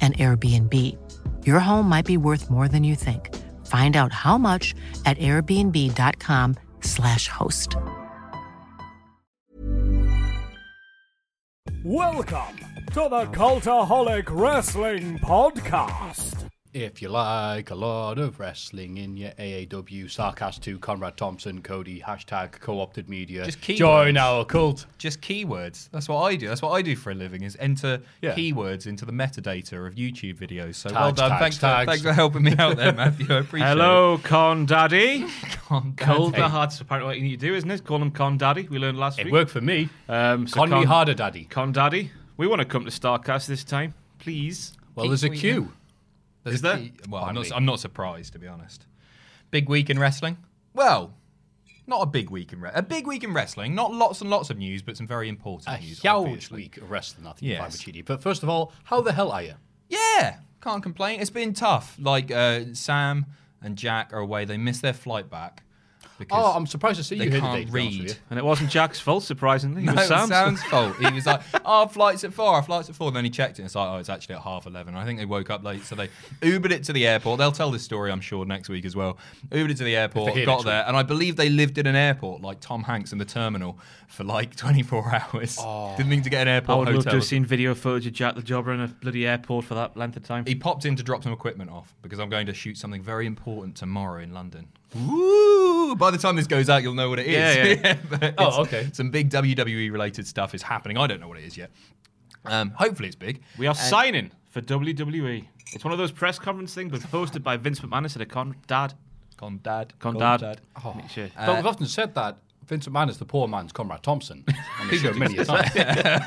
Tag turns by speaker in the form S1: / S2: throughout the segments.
S1: an Airbnb. Your home might be worth more than you think. Find out how much at airbnb.com/slash host.
S2: Welcome to the Cultaholic Wrestling Podcast.
S3: If you like a lot of wrestling in your AAW, Sarcast 2, Conrad Thompson, Cody, hashtag co-opted media,
S4: Just keywords.
S3: join our cult.
S4: just keywords. That's what I do. That's what I do for a living is enter
S3: Yeah.
S4: keywords into the metadata of YouTube videos. So well
S3: Tags,
S4: done.
S3: tags,
S4: thanks, for-
S3: tags.
S4: thanks for helping me out there, Matthew. I appreciate it.
S5: Hello, Con Daddy.
S4: Con
S5: Call
S4: Daddy.
S5: the That's apparently what you need to do, isn't it? Call him Con Daddy. We learned last
S3: It
S5: week.
S3: worked for me.
S4: Uh,
S5: Um, so
S3: Con me
S5: Con-
S3: harder, daddy.
S5: Con Daddy, we want to come to Starcast this time, please.
S3: Well, there's a
S4: Pete
S3: queue.
S4: There's
S5: Is
S4: a
S5: there?
S4: key- Well, I'm not,
S3: Finally.
S4: I'm not surprised to be honest. Big week in wrestling. Well, not a big week in re- a big week in wrestling. Not lots and lots of news, but some very important
S3: A
S4: news.
S3: huge
S4: obviously.
S3: week of wrestling, I think,
S4: Yes.
S3: yes. But first of all, how the hell are you?
S4: Yeah, can't complain. It's been tough. Like uh, Sam and Jack are away. They missed their flight back. Because
S3: Oh, I'm surprised to see
S4: they
S3: you here
S4: can't
S3: today. to be honest
S4: read.
S3: with you.
S5: And it wasn't Jack's fault, surprisingly. It
S4: No,
S5: was Sam's.
S4: fault. He was like, "Our flight's at four. Our flight's at four. And then he checked it. And it's like, "Oh, it's actually at half 11. I think they woke up late, so they Ubered it to the airport. They'll tell this story, I'm sure, next week as well. Ubered it to the airport,
S3: here
S4: got
S3: next
S4: there, and I believe they lived in an airport, like Tom Hanks in the terminal, for like 24 hours. Didn't need to get an
S5: Oh. I
S4: airport
S5: would love to
S4: hotel.
S5: have seen video footage of Jack the Jobber in a bloody airport for that length of time.
S4: He popped in to drop some equipment off because I'm going to shoot something very important tomorrow in London. By the time this goes out, you'll know what it is.
S5: Yeah, yeah.
S4: but
S3: Oh,
S4: it's-
S3: okay.
S4: Some big WWE related stuff is happening. I don't know what it is yet. Um, hopefully, it's big.
S5: We are signing for WWE. It's one of those press conference things, but hosted by Vince McMahon instead of Con Dad.
S4: Con dad.
S5: Con Dad. Make sure.
S4: Uh,
S3: But we've often said that Vincent Mann is the poor man's Conrad Thompson on the show many a time.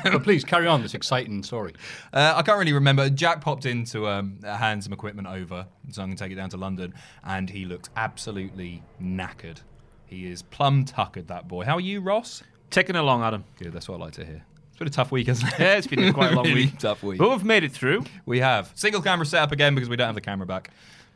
S3: but please carry on this exciting story.
S4: Uh, I can't really remember. Jack popped in to um, hand some equipment over, so I'm going to take it down to London, and he looked absolutely knackered. He is plum tuckered, that boy. How are you, Ross?
S5: Ticking along, Adam.
S4: Good, that's what I like to hear. It's been a tough week, hasn't it?
S5: Yeah, it's been quite a long
S4: Really
S5: week.
S4: tough week.
S5: But we've made it through.
S4: We have single camera set up again because we don't have the camera back.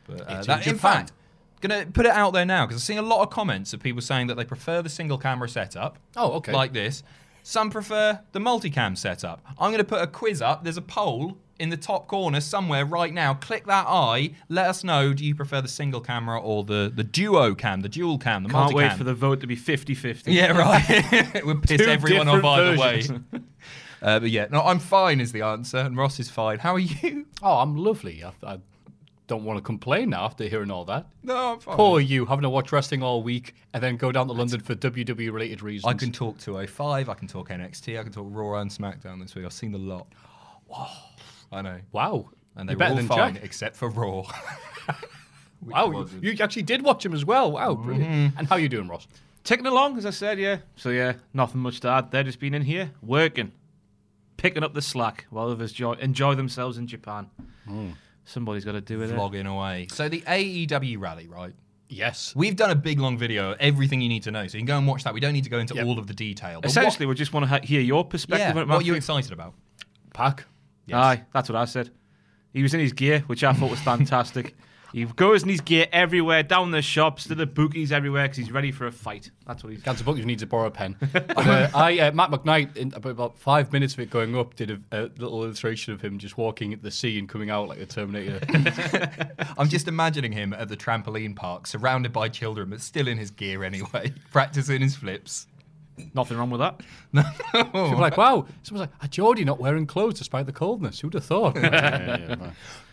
S4: But uh,
S3: It's
S4: that,
S3: in Japan.
S4: in fact, gonna put it out there now because I'm seeing a lot of comments of people saying that they prefer the single camera setup.
S3: Oh, okay.
S4: Like this. Some prefer the multicam setup. I'm gonna put a quiz up. There's a poll in the top corner somewhere right now. Click that eye. Let us know. Do you prefer the single camera or the the duo cam, the dual cam, the
S5: Can't
S4: multicam?
S5: wait for the vote to be 50 50.
S4: Yeah, right. We'll piss
S5: Two
S4: everyone off either
S5: different
S4: way. Uh, but yeah, no, I'm fine is the answer, and Ross is fine. How are you?
S3: Oh, I'm lovely. I, I don't want to complain now after hearing all that.
S4: No, I'm fine.
S3: Poor you, having to watch wrestling all week and then go down to London for WWE related reasons.
S4: I can talk 205, I can talk NXT, I can talk Raw and SmackDown this week. I've seen the lot. I know.
S3: wow.
S4: And
S3: You're
S4: they
S3: better
S4: were
S3: than
S4: all fine
S3: Jack.
S4: except for Raw.
S3: Wow, you- you, actually did watch him as well. Wow, brilliant.
S4: Mm-hmm.
S3: And how you doing, Ross?
S5: Ticking along, as I said, yeah. So, yeah, nothing much to add. They're just been in here working, picking up the slack while others jo- enjoy themselves in Japan.
S3: Hmm.
S5: Somebody's got to do it. eh?
S4: Vlogging away. So the AEW rally, right?
S3: Yes.
S4: We've done a big long video of everything you need to know, so you can go and watch that. We don't need to go into all of the detail. But
S5: Essentially, we just want to ha- hear your
S4: what, yeah,
S5: perspective on it,
S4: what
S5: Matthew.
S4: you're excited about.
S3: Pack.
S5: Aye, that's what I said. He was in his gear, which I thought was fantastic. he goes in his gear everywhere, down the shops, to the bookies everywhere, because he's ready for a fight. That's what he's.
S3: Cancer book, you need to borrow a pen. But, uh, I, uh, Matt McKnight, in about, about five minutes of it going up, did a, a little illustration of him just walking at the sea and coming out like a Terminator.
S4: I'm just imagining him at the trampoline park, surrounded by children, but still in his gear anyway, practicing his flips.
S5: Nothing wrong with that.
S3: People were like, wow. Someone's like, "Ah, Geordie not wearing clothes despite the coldness. Who'd have thought?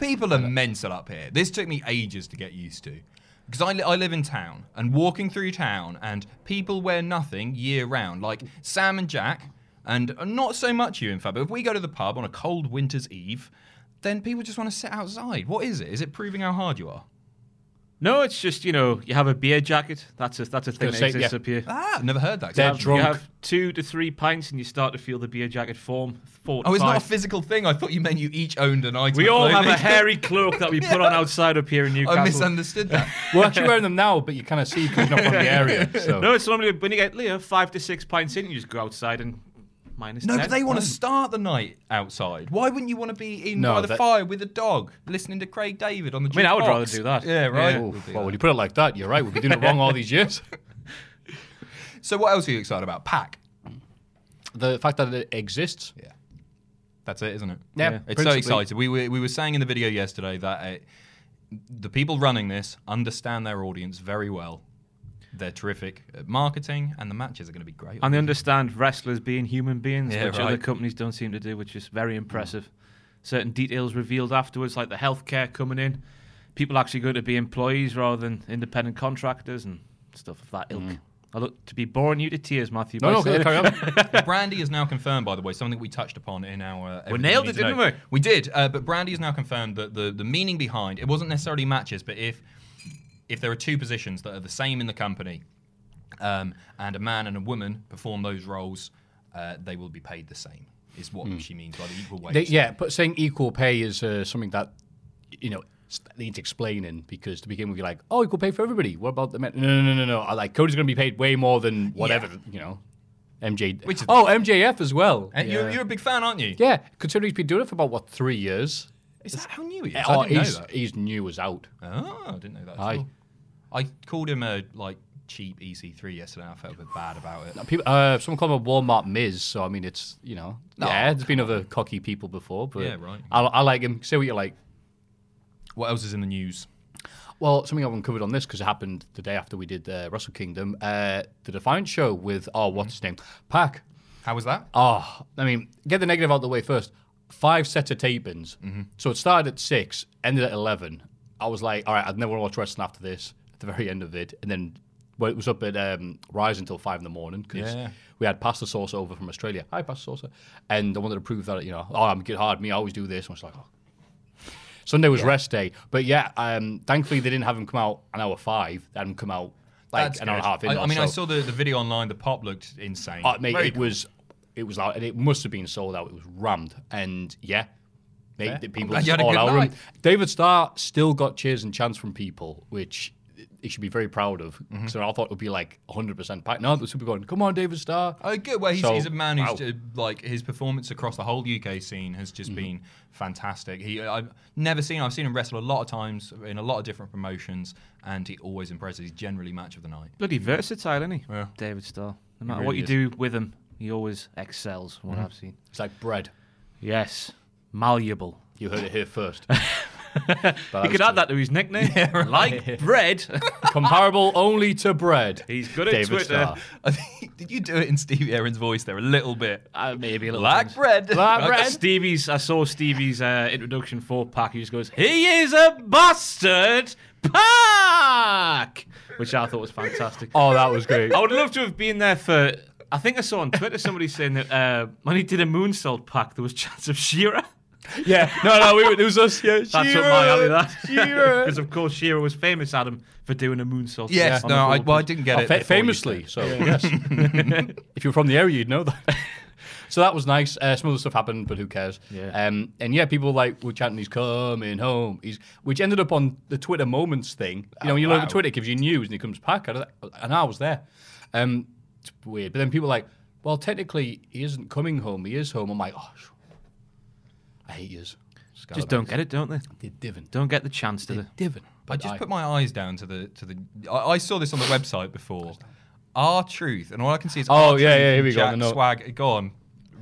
S4: People
S5: Uh,
S4: are mental up here. This took me ages to get used to. Because I, li- I live in town and walking through town, and people wear nothing year round. Like Sam and Jack And not so much you, in fact, but if we go to the pub on a cold winter's eve, then people just want to sit outside. What is it? Is it proving how hard you are?
S5: No, it's just you know you have a beer jacket. That's a that's a thing
S3: gonna
S5: that
S3: say,
S5: exists
S3: yeah.
S5: up here.
S4: Ah, I've never heard that.
S3: Dead
S4: Yeah.
S3: drunk.
S5: You have two to three pints, and you start to feel the beer jacket form. Four to
S4: Oh, it's not a
S5: five.
S4: physical thing. I thought you meant you each owned an item.
S5: we
S4: of
S5: all have a
S4: clothing.
S5: hairy cloak that we put on outside up here in Newcastle.
S4: I misunderstood that.
S3: We're actually wearing them now, but you kind of see coming up on the area. So.
S5: No, it's normally when you get you know, five to six pints in, you just go outside and minus. Mm.
S4: No,
S5: 10.
S4: but they want to start the night outside. Why wouldn't you want to be in
S3: No,
S4: by the
S3: that-
S4: fire with a dog, listening to Craig David on the?
S5: I mean, I would
S4: jukebox?
S5: rather do that.
S4: Yeah, right.
S3: Oof, well, when you put it like that, you're right. We've been doing it wrong all these years.
S4: So, what else are you excited about? Pack.
S3: The fact that it exists.
S4: Yeah, that's it, isn't it?
S3: Yeah,
S4: it's so
S3: principally.
S4: exciting. We were we were saying in the video yesterday that it, the people running this understand their audience very well. They're terrific at marketing, and the matches are going to be great.
S5: And they understand wrestlers being human beings,
S4: Yeah,
S5: which other
S4: right.
S5: companies don't seem to do, which is very impressive. Certain details revealed afterwards, like the healthcare coming in, people actually going to be employees rather than independent contractors and stuff of that ilk. I look to be boring you to tears, Matthew.
S3: No,
S5: but
S3: no,
S5: I said it.
S3: carry on.
S4: Brandy is now confirmed, by the way, something we touched upon in our. Everything
S5: nailed
S4: You
S5: it,
S4: Need to
S5: didn't
S4: Know.
S5: we?
S4: We did, uh, but Brandy has now confirmed that the the meaning behind it wasn't necessarily matches, but if if there are two positions that are the same in the company, um, and a man and a woman perform those roles, uh, they will be paid the same. Is what she means by the equal wage.
S3: They- yeah, but saying equal pay is uh, something that you know s- needs explaining because to begin with, you're like, oh, equal pay for everybody. What about the men? No, no, no, no, no. I Like Cody's going to be paid way more than whatever you know. MJ.
S4: Which is-
S3: oh, MJF as well.
S4: And
S3: yeah.
S4: you're, you're a big fan, aren't you?
S3: yeah, considering he's been doing it for about what three years.
S4: Is that how new he is?
S3: Oh,
S4: I didn't
S3: he's
S4: know that.
S3: he's new as out.
S4: Oh, I didn't know that. At
S3: Aye.
S4: all. I called him a like cheap EC3 yesterday. and I felt a bit bad about it.
S3: People, uh, someone called him a Walmart Miz, so I mean, it's you know,
S4: No,
S3: yeah, there's been other cocky people before, but
S4: Yeah, right.
S3: I, I like him. Say what you like.
S4: What else is in the news?
S3: Well, something I haven't covered on this because it happened the day after we did uh, Wrestle Kingdom, uh, the Defiant Show with oh, what's his name, Pac.
S4: How was that?
S3: Oh, I mean, get the negative out of the way first. Five sets of tapings.
S4: Mm-hmm.
S3: So it started at six, ended at 11. I was like, all right, I'd never want to watch wrestling after this at the very end of it. And then well, it was up at um, Rise until five in the morning because
S4: Yeah.
S3: we had Pasta Sauce over from Australia. Hi, Pasta Sauce. And I wanted to prove that, you know, oh, I'm good hard. Me, I always do this. And I was like, oh. Sunday was rest day. But yeah, um, thankfully they didn't have him come out an hour five. They had him come out like
S4: That's
S3: an hour
S4: good.
S3: and a half in.
S4: I,
S3: or
S4: I mean, I
S3: so.
S4: saw the, the video online. The pop looked insane.
S3: Oh, mate,
S4: Very
S3: it was it was out, and it must have been sold out. It was rammed, and yeah, mate, the people
S4: glad you had a
S3: all
S4: good
S3: over him.
S4: night.
S3: David Starr still got cheers and chants from people, which he should be very proud of. So I thought it would be like 100 percent packed. No, there's people going, "Come on, David Starr!"
S4: Oh, good. Well, he's,
S3: So,
S4: he's a man who's
S3: wow. Mm-hmm.
S4: uh, like his performance across the whole UK scene has just been fantastic. He, uh, I've never seen. I've seen him wrestle a lot of times in a lot of different promotions, and he always impresses. He's generally match of the night.
S5: Bloody versatile, isn't he?
S4: Yeah.
S5: David Starr. No matter what
S3: really Mm-hmm.
S5: you do with him, he always excels. From what I've seen.
S3: It's like bread.
S5: Yes, malleable.
S3: You heard it here first.
S5: he could add that to his nickname, like bread.
S3: Comparable only to bread.
S5: He's good at
S3: David
S5: Twitter.
S3: Starr.
S4: I think- Did you do it in Stevie Aaron's voice there a little bit?
S5: Uh, maybe a little
S4: Black
S5: things.
S4: bread.
S3: Black bread.
S5: Stevie's. I saw Stevie's uh, introduction for Pack. He just goes, "He is a bastard, Pack," which I thought was fantastic.
S3: Oh, that was great.
S5: I would love to have been there for. I think I saw on Twitter somebody saying that uh, when he did a moonsault pack, there was chance of Shearer.
S3: yeah, no, no, we, were- it was us. Yeah,
S5: That's
S3: Shearer,
S5: up my alley. That
S3: Shearer.
S5: because of course Shearer was famous, Adam, for doing a moonsault.
S4: yes.
S5: on the
S4: No. I,
S5: goal
S4: well, I
S5: post.
S4: didn't get
S3: Oh,
S4: it.
S3: fa-
S4: before you
S3: famously.
S4: said.
S3: So yes, if you're from the area, you'd know that. so that was nice. Uh, some other stuff happened, but who cares?
S5: Yeah.
S3: Um, and yeah, people like were chanting, "He's coming home." He's which ended up on the Twitter moments thing. You know, when you look
S4: Oh, wow.
S3: at Twitter, it gives you news, and it comes back, and I- and I was there. Um, it's weird. But then people like, well, technically, he isn't coming home. He is home. I'm like, oh, sh- I hate yous.
S5: Just don't get it, don't they?
S3: They're divin.
S5: Don't get the chance to.
S3: Divin.
S4: I just put my eyes down to the to the. I, I saw this on the website before. Our truth, and all I can see is.
S3: Oh,
S4: R-Truth
S3: yeah, yeah, here
S4: and
S3: we go,
S4: Jack
S3: the note.
S4: Swag, go on,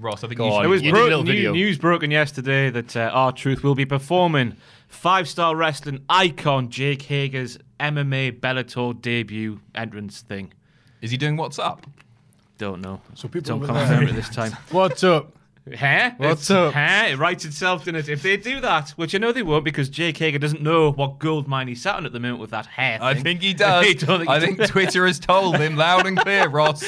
S4: Ross. I think
S3: Go
S4: you
S3: on.
S4: should.
S5: It was
S3: You did a
S5: bro-
S3: little
S5: new-
S3: video.
S5: news broken yesterday that uh, R Truth will be performing five star wrestling icon Jake Hager's MMA Bellator debut entrance thing.
S4: Is he doing what's up?
S5: Don't know.
S3: So people
S5: don't
S3: were
S5: confirm
S3: there.
S5: it this time.
S3: What's up?
S5: Hair?
S3: What's
S5: It's-
S3: up?
S5: Hair. It writes itself, doesn't it? If they do that, which I know they won't because Jake Hager doesn't know what gold mine he's sat on at the moment with that hair
S4: I
S5: thing.
S4: think he does.
S5: I don't think
S4: I
S5: he
S4: think Twitter has told him loud and clear, Ross.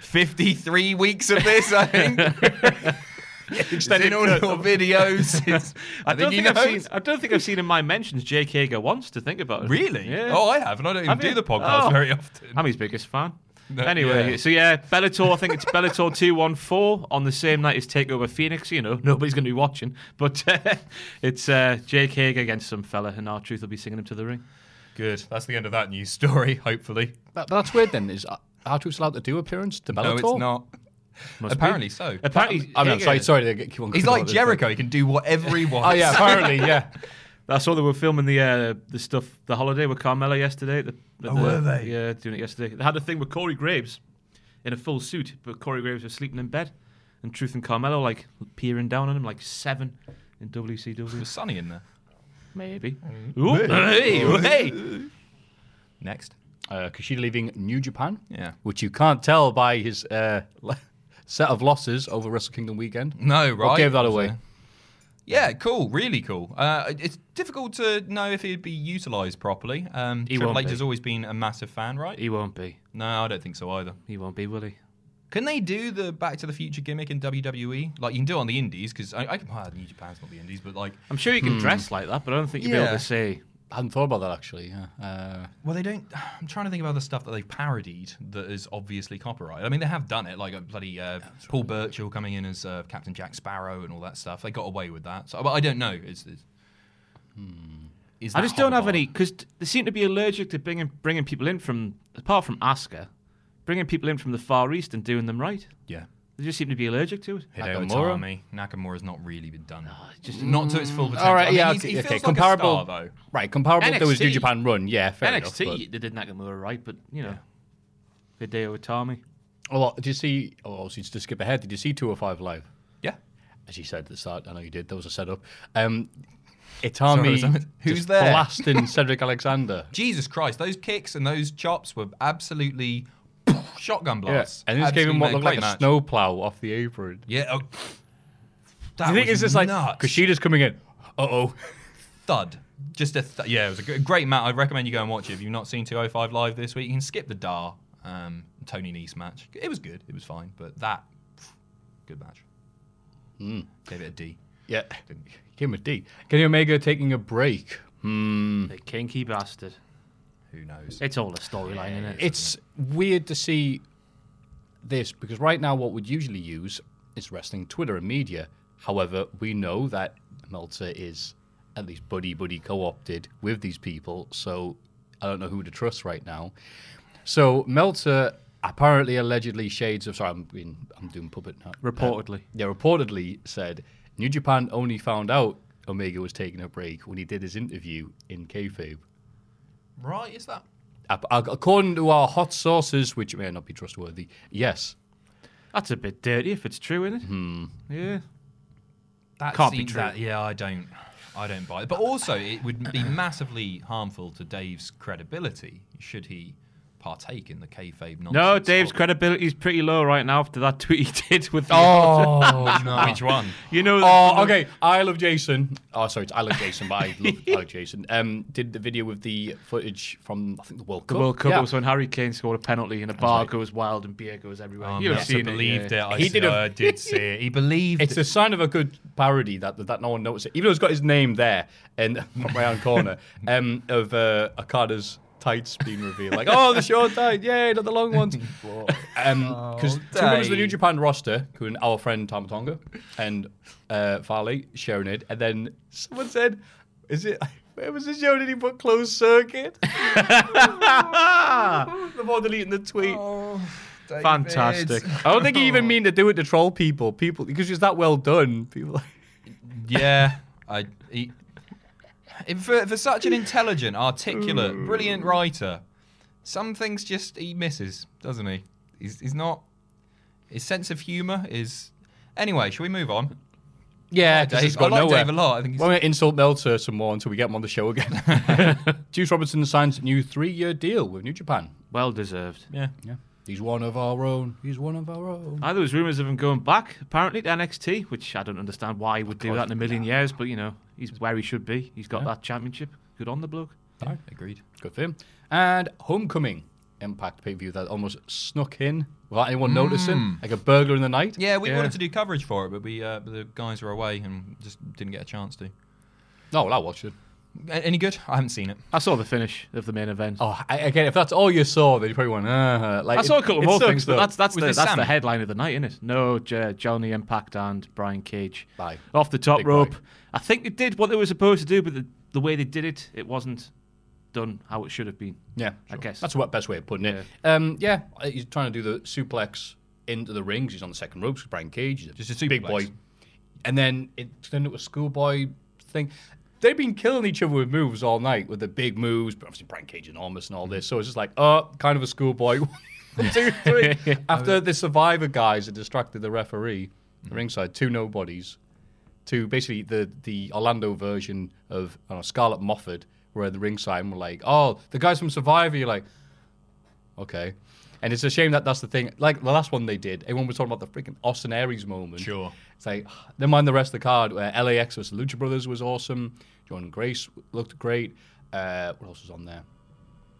S4: 53 weeks of this, I think. It's in all your videos. It's-
S5: I, don't
S4: he
S5: think, I've
S4: knows.
S5: seen, I don't think I've seen in my mentions Jake Hager once to think about it.
S4: Really?
S5: Yeah.
S4: Oh, I have, and I don't even
S5: Have
S4: do
S5: you?
S4: the podcast
S5: Oh.
S4: very often.
S5: I'm his biggest fan.
S4: No,
S5: anyway,
S4: yeah.
S5: so yeah, Bellator, I think it's Bellator 214 on the same night as Takeover Phoenix. You know, nobody's going to be watching. But uh, it's uh, Jake Hager against some fella, and our truth will be singing him to the ring.
S4: Good. That's the end of that news story, hopefully.
S3: That, that's weird then. Is R Truth's allowed to do appearance to
S4: No,
S3: Bellator?
S4: it's not.
S5: Must be.
S4: Apparently so.
S5: Apparently,
S3: I mean, I'm
S5: Hager-
S3: sorry, sorry to get, keep on
S4: He's
S3: going
S4: like
S3: about this,
S4: Jericho. He can do whatever he
S3: but-
S4: wants.
S3: Oh yeah, apparently, yeah.
S5: I saw they were filming the uh, the stuff, the holiday with Carmella yesterday. at The, at
S4: Oh,
S5: the-
S4: were they?
S5: Yeah, doing it yesterday. They had a thing with Corey Graves in a full suit, but Corey Graves was sleeping in bed, and Truth and Carmella were, like peering down on him like seven in
S4: It
S5: WCW.
S4: was sunny in there.
S5: Maybe. Ooh, hey,
S4: Oh,
S5: ooh, hey.
S4: Next.
S3: Uh, Kushida leaving New Japan,
S4: Yeah.
S3: which you can't tell by his uh, set of losses over Wrestle Kingdom weekend.
S4: No, Mm, right.
S3: What gave that away?
S4: Yeah, cool. Really cool. Uh, it- it's difficult to know if he'd be utilised properly. Um,
S5: He
S4: Triple
S5: won't
S4: H
S5: be.
S4: has always been a massive fan, right?
S5: He won't be.
S4: No, I don't think so either.
S5: He won't be, will he?
S4: Can they do the Back to the Future gimmick in WWE? Like you can do it on the Indies because I, I can. Well, New Japan's not the Indies, but like,
S5: I'm sure he can dress like that, but I don't think you'll be
S4: Yeah.
S5: able to say.
S3: I hadn't thought about that actually. Yeah. Uh,
S4: well, they don't. I'm trying to think about the stuff that they've parodied that is obviously copyright. I mean, they have done it, like uh, bloody uh, Paul Burchill coming in as uh, Captain Jack Sparrow and all that stuff. They got away with that. So, but I don't know. It's, it's,
S3: Hmm.
S4: is
S5: I
S4: that
S5: just don't have
S4: horrible?
S5: any because they seem to be allergic to bringing bringing people in from apart from Asuka, bringing people in from the Far East and doing them right.
S4: Yeah.
S5: They just seem to be allergic to it.
S4: Hideo
S3: Nakamura?
S4: Itami. Nakamura's not really been done. just not to its full potential.
S3: Ah, all right.
S4: I mean,
S3: yeah.
S4: he's-
S3: okay,
S4: he feels
S3: okay,
S4: like a
S3: comparable.
S4: star, though.
S3: Right. Comparable to his New
S5: NXT.
S3: Japan run. Yeah. Fair
S5: NXT,
S3: enough.
S5: they did Nakamura right, but you know, Hideo Itami.
S3: But, oh, well, did you see? Oh, obviously, just to skip ahead. Did you see 205 live?
S4: Yeah.
S3: As you said at the start, I know you did. That was a setup. Um,
S4: Sorry,
S3: Itami,
S4: was that- Who's
S3: just
S4: there?
S3: Blasting Cedric Alexander.
S4: Jesus Christ, those kicks and those chops were absolutely shotgun
S3: Yeah.
S4: blasts.
S3: And this gave him
S4: Absolutely
S3: what looked like
S4: great
S3: a
S4: match.
S3: snowplow off the apron.
S4: Yeah. Oh, that
S3: I think
S4: was
S3: it's just like
S4: nuts.
S3: Kushida's coming in. Uh oh.
S4: thud. Just a th- yeah, it was a g- great match. I recommend you go and watch it if you've not seen 205 live this week. You can skip the Dar um, Tony Nese match. It was good. It was fine, but that pff, good match.
S5: Hmm.
S4: Gave it a D.
S3: Yeah. Give him a D. Kenny Omega taking a break. Hmm.
S5: The kinky bastard.
S4: Who knows?
S5: It's all a storyline, isn't it?
S3: It's weird to see this because right now, what we'd usually use is wrestling Twitter and media. However, we know that Meltzer is at least buddy buddy co opted with these people, so I don't know who to trust right now. So Meltzer apparently, allegedly, shades of sorry, I'm being, I'm doing puppet now. Uh,
S5: Reportedly.
S3: Yeah, reportedly said New Japan only found out Omega was taking a break when he did his interview in kayfabe.
S4: Right? Is that?
S3: Ap- ac- According to our hot sources, which may not be trustworthy, yes.
S5: That's a bit dirty if it's true, isn't it? Hmm. Yeah.
S4: That
S5: Can't be
S4: seems-
S5: true.
S4: that- yeah, I don't, I don't buy it. But also, it would be massively harmful to Dave's credibility should he partake in the kayfabe nonsense.
S5: No, Dave's
S4: of-
S5: credibility is pretty low right now after that tweet he did with. the-
S3: Oh,
S4: Which one?
S5: you know.
S3: oh, okay. I love Jason. Oh, sorry, it's I love Jason, but I love I love Jason. Um, did the video with the footage from I think the World
S5: The
S3: Cup.
S5: World Cup
S3: Yeah.
S5: was when Harry Kane scored a penalty and a bar goes wild and beer goes everywhere.
S3: Oh,
S4: Um,
S5: You've
S4: yes, I
S5: seen
S4: believed
S5: it. yeah.
S4: it. I
S3: He
S4: s-
S3: did a-
S4: I did see it. He believed
S3: It's
S4: it.
S3: a sign of a good parody that that no one noticed it. Even though it's got his name there in the right-hand corner um, of uh, Akada's tights being revealed. Like, oh, the short tight, yay, not the long ones. Um, Because two members of the New
S4: Dave.
S3: Japan roster, including our friend Tamatonga and uh, Farley, sharing it. And then someone said, is it... Where was the show? Did he put closed circuit? Before deleting the tweet.
S4: Oh.
S5: Fantastic.
S3: I don't think he even mean to do it to troll people. People, because it's that well done. People, like,
S4: Yeah, I. He, if- for, for such an intelligent, articulate, brilliant writer, some things just he misses, doesn't he? He's, he's not. His sense of humour is. Anyway, shall we move on?
S3: Yeah,
S4: Dave.
S3: he's
S4: I
S3: got
S4: like
S3: nowhere.
S4: Dave a lot. I think he's-
S3: Why don't we insult Meltzer some more until we get him on the show again? Juice Robinson signs a new three-year deal with New Japan.
S5: Well deserved.
S4: Yeah.
S3: Yeah. He's one of our own. He's one of our own.
S5: Ah, there was rumours of him going back, apparently, to NXT, which I don't understand why he would do that in a million years, but, you know, he's where he should be. He's got that championship. Good on the bloke.
S3: Aye, agreed. Good for him. And Homecoming Impact pay per view that almost snuck in without anyone noticing, like a burglar in the night.
S4: Mm. Yeah, we
S5: Yeah.
S4: wanted to do coverage for it, but we uh, the guys were away and just didn't get a chance to.
S3: No, well, I watched it.
S4: A- Any good? I haven't seen it.
S5: I saw the finish of the main event.
S3: Oh, I, again, if that's all you saw, then you probably went, uh, like
S5: I
S3: it-
S5: saw a couple
S3: it
S5: more
S3: sucks,
S5: things, but
S3: though.
S5: that's that's
S4: Was
S5: the,
S4: this
S5: that's the
S4: Sammy?
S5: headline of the night, isn't it? No, J- Johnny Impact and Brian Cage
S3: Aye.
S5: off the top
S3: Big
S5: rope.
S3: boy.
S5: I think they did what they were supposed to do, but the, the way they did it, it wasn't done how it should have been.
S3: Yeah,
S5: I guess.
S3: that's the best way of putting it. Yeah. Um, yeah, he's trying to do the suplex into the rings. He's on the second ropes with Brian Cage. He's
S4: Just a
S3: big
S4: suplex.
S3: boy, and then it turned into a schoolboy thing. They've been killing each other with moves all night, with the big moves. But obviously, Brian Cage enormous and all this. So it's just like, oh, kind of a schoolboy. One, two, three. After the Survivor guys had distracted the referee, the ringside two nobodies to basically the the Orlando version of I don't know, Scarlett Moffat, where the ringside were like, "Oh, the guys from Survivor," you're like, "Okay," and it's a shame that that's the thing. Like the last one they did, everyone was talking about the freaking Austin Aries moment.
S4: Sure.
S3: it's like never mind the rest of the card. Uh, Where LAX versus Lucha Brothers was awesome. John Grace looked great. Uh, what else was on there?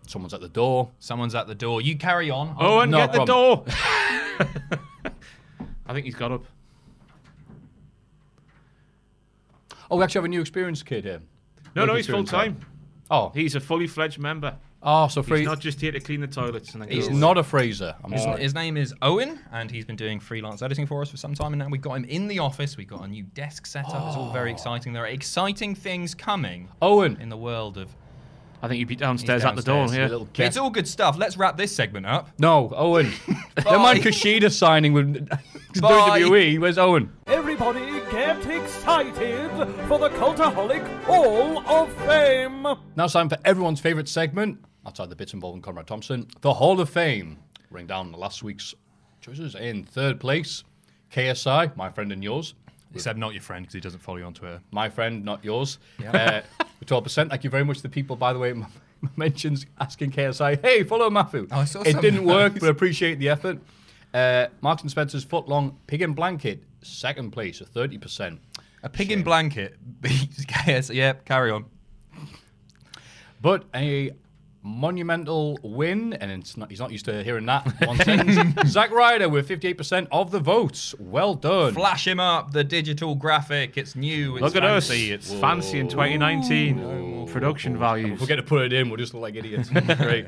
S3: Someone's at the door.
S4: Someone's at the door. You carry on.
S5: Oh, and
S3: No
S5: get the
S3: problem.
S5: door. I think he's got up.
S3: Oh, we actually have a new experience kid here.
S5: No, no,
S3: Rookie
S5: he's full
S3: experience kid.
S5: time.
S3: Oh,
S5: He's a fully fledged member.
S3: oh, so
S5: He's
S3: Fra-
S5: not just here to clean the toilets. And then
S3: he's
S5: go away.
S3: not a Fraser. I'm
S4: His,
S3: sorry.
S4: his name is Owen, and he's been doing freelance editing for us for some time. And now we've got him in the office. We've got a new desk set up. It's all
S5: Ah.
S4: very exciting. There are exciting things coming
S3: Owen.
S4: in the world of.
S5: I think you'd be downstairs, at the door.
S4: downstairs,
S5: Yeah.
S3: little
S4: But It's all good stuff. Let's wrap this segment up.
S3: No, Owen. Don't mind Kushida signing with
S4: Bye.
S3: WWE. Where's Owen?
S2: Everybody get excited for the Cultaholic Hall of Fame!
S3: Now it's time for everyone's favourite segment, outside the bits involving Conrad Thompson, the Hall of Fame. Bring down last week's choices in third place, KSI, my friend and yours.
S4: Except not your friend because he doesn't follow you on Twitter.
S3: My friend, not yours. Uh, with 12%. Thank you very much to the people, by the way, m- mentions asking KSI, hey, follow Matthew.
S4: Oh, I saw
S3: it
S4: some
S3: didn't
S4: of
S3: work, but appreciate the effort. Uh, Marks and Spencer's footlong pig and blanket, second place, at 30%.
S4: A pig in blanket beats KS. Yep, carry on.
S3: But a monumental win, and it's not, he's not used to hearing that one sentence. Zack Ryder with 58% of the votes. Well done.
S4: Flash him up. The digital graphic. It's new. It's
S5: Look at us.
S4: fancy,
S5: It's fancy in 2019. Production values.
S3: Forget to put it in, we'll just look like idiots. Great.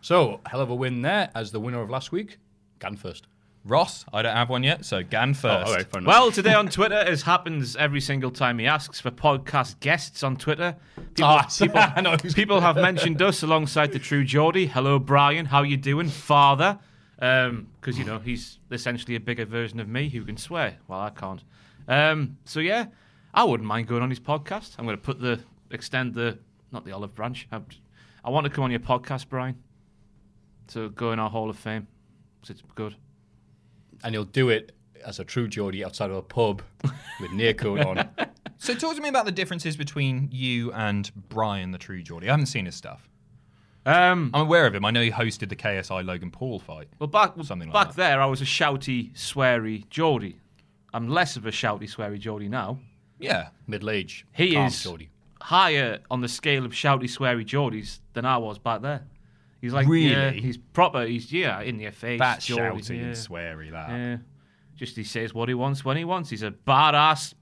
S3: So, hell of a win there as the winner of last week. Gan first.
S4: Ross, I don't have one yet, so Gan
S5: Oh,
S4: first.
S3: all right, fair enough.
S5: Well, today on Twitter, as happens every single time he asks for podcast guests on Twitter, people,
S3: Ah,
S5: people,
S3: I know who's-
S5: people have mentioned us alongside the true Geordie. Hello, Brian. How you doing, father? Because, you know, he's essentially a bigger version of me who can swear. Well, I can't. Um, so, yeah, I wouldn't mind going on his podcast. I'm going to put the, extend the, not the olive branch. I'm, I want to come on your podcast, Brian. So go in our Hall of Fame. 'Cause It's good.
S3: and he'll do it as a true Geordie outside of a pub with near coat on.
S4: So talk to me about the differences between you and Brian, the true Geordie. I haven't seen his stuff.
S5: Um,
S4: I'm aware of him. I know he hosted the KSI Logan Paul fight.
S5: Well, back
S4: Something like
S5: back
S4: that.
S5: there, I was a shouty, sweary Geordie. I'm less of a shouty, sweary Geordie now.
S4: Yeah.
S3: Middle age.
S5: He
S3: calm
S5: is
S3: Geordie.
S5: higher on the scale of shouty, sweary Geordies than I was back there. He's like,
S3: Really?
S5: yeah, he's proper. He's yeah, in your face.
S4: That's
S5: Geordie,
S4: shouty
S5: yeah,
S4: and sweary, that.
S5: yeah. Just he says what he wants when he wants. He's a badass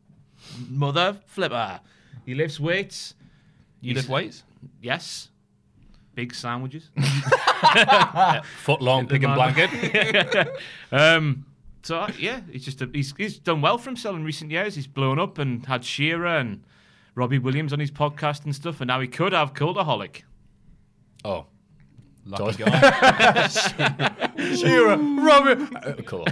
S5: mother flipper. He lifts weights.
S4: You lift weights?
S5: Yes. Big sandwiches.
S3: Foot long, pig and
S5: man.
S3: blanket.
S5: Um, so uh, yeah, he's just a, he's he's done well for himself in recent years. He's blown up and had Shearer and Robbie Williams on his podcast and stuff, and now he could have Cultaholic.
S3: Oh.
S4: Lucky
S3: Dodge.
S4: guy.
S3: Shearer, Robert. Uh, cool.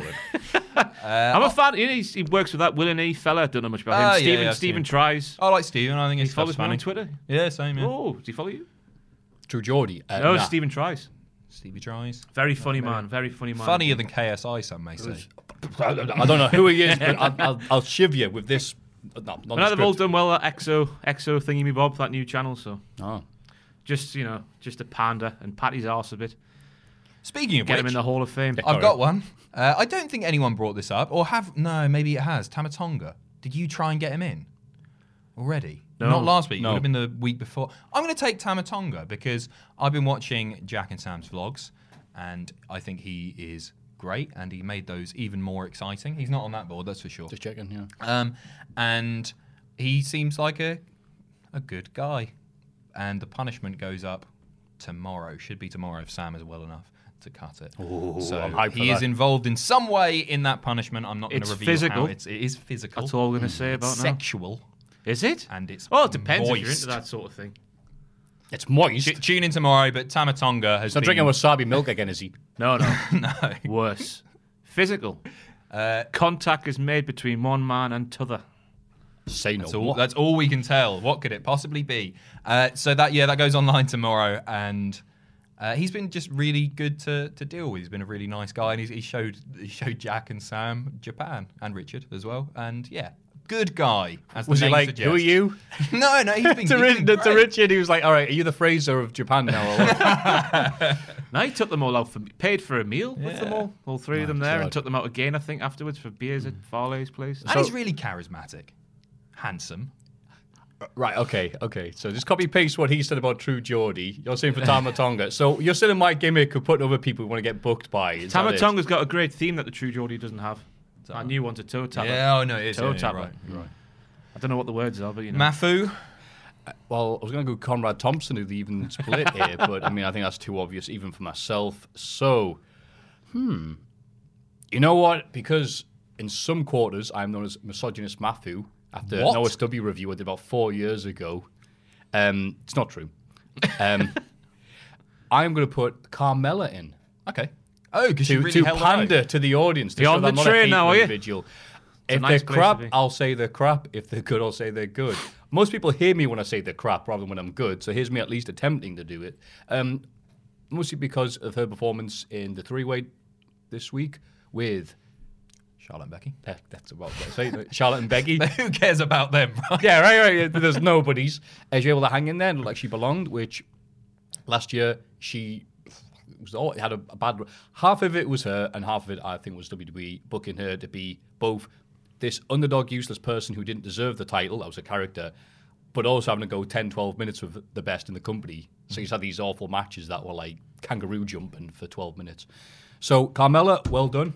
S5: I'm a fan. You know, he's, he works with that Willie Nee fella. Don't know much about him.
S4: Ah, yeah,
S5: Stephen
S4: yeah, I've seen
S5: Stephen
S4: him.
S5: tries.
S4: I like Steven. I think
S5: He
S4: his
S5: follows
S4: stuff's
S5: me on
S4: funny.
S5: Twitter.
S4: Yeah, same, yeah.
S5: Oh, does he follow you? Oh,
S3: True Geordie. Uh,
S5: No,
S3: nah.
S5: Stephen tries.
S4: Stevie Dries.
S5: Very funny man. Very funny man.
S4: Funnier than KSI, some may say.
S3: I don't know who he is, but I'll, I'll, I'll shiv you with this. No, not
S5: And
S3: the
S5: now they've all
S3: script.
S5: done well at EXO EXO thingy me Bob that new channel. So
S3: Oh.
S5: just you know, just a pander and pat his arse a bit.
S4: Speaking of
S5: Get
S4: which,
S5: him in the Hall of Fame.
S4: I've got one. Uh, I don't think anyone brought this up, or have. No, maybe it has. Tamatonga. Did you try and get him in already?
S5: No.
S4: Not last week.
S3: No.
S4: It would have been the week before. I'm going to take Tamatonga because I've been watching Jack and Sam's vlogs, and I think he is great, and he made those even more exciting. He's not on that board, that's for sure.
S3: Just checking, yeah.
S4: Um, and he seems like a a good guy. And the punishment goes up tomorrow. Should be tomorrow if Sam is well enough to cut it. so
S3: I'm hyped for
S4: he is
S3: that.
S4: involved in some way in that punishment. I'm not going to
S5: It's
S4: reveal
S5: physical.
S4: how it's, it is physical.
S5: That's all I'm going to say about now.
S4: Sexual.
S5: Is it?
S4: And it's
S5: oh, it depends if you're
S4: moist.
S5: into that sort of thing.
S3: It's moist.
S4: T- tune in tomorrow, but Tamatonga has
S3: He's not
S4: been
S3: drinking wasabi milk again, is he?
S5: No, no, no. Uh, Worse. Physical. Contact is made between one man and t'other.
S3: Say no.
S4: That's all, that's all we can tell. What could it possibly be? Uh, so that yeah, that goes online tomorrow, and uh, he's been just really good to, to deal with. He's been a really nice guy, and he's, he showed he showed Jack and Sam Japan and Richard as well, and yeah, good guy. As
S3: was
S4: the
S3: he
S4: name
S3: like,
S4: suggests.
S3: who are you?
S4: No, no, he's been,
S3: to,
S4: he's
S3: Rich-
S4: been
S3: to
S4: great.
S3: Richard, he was like, all right, are you the Fraser of Japan now? Or what?
S5: Now he took them all out for paid for a meal with them all, all three of them there, and
S3: God.
S5: took them out again. I think afterwards for beers
S3: Hmm.
S5: at Farley's place.
S4: and he's really charismatic, handsome.
S3: right, okay, okay. So just copy paste what he said about True Geordie. You're saying for Tamatonga. so you're saying my gimmick of putting other people who want to get booked by. Is that it? Oh.
S5: Tamatonga's got a great theme that the True Geordie doesn't have. That new one's a toe tapper.
S4: Yeah, oh no, it is.
S5: Toe
S4: yeah, yeah,
S5: tapper.
S4: right.
S5: I don't know what the words are, but you know.
S4: Mafu,
S3: Well, I was going to go Conrad Thompson, who even split here, but I mean, I think that's too obvious even for myself. So, hmm. You know what? Because in some quarters, I'm known as misogynist Matthew after
S4: What?
S3: an OSW review I did about four years ago. Um, it's not true. Um, I'm going to put Carmela in
S4: okay. Oh, because
S3: to,
S4: you really
S3: to
S4: held her
S3: pander
S4: own.
S3: to the audience. To
S5: You're
S3: show
S5: on
S3: that
S5: the
S3: I'm not a
S5: train
S3: hateful
S5: now, are you?
S3: Individual. If
S5: nice
S3: they're
S5: place to
S3: crap,
S5: be.
S3: I'll say they're crap. If they're good, I'll say they're good. Most people hear me when I say they're crap rather than when I'm good. So here's me at least attempting to do it. Um, mostly because of her performance in the three-way this week with
S4: Charlotte and Becky.
S3: that, that's about what I say, Charlotte and Becky.
S4: Who cares about them, right?
S3: yeah, right, right. yeah, There's nobodies. Uh, she was able to hang in there and look like she belonged, which last year she it was all it had a, a bad half of it was her and half of it I think was WWE booking her to be both this underdog useless person who didn't deserve the title, that was a character, but also having to go 10, 12 minutes with the best in the company. So you just had these awful matches that were like kangaroo jumping for 12 minutes. So Carmella, well done.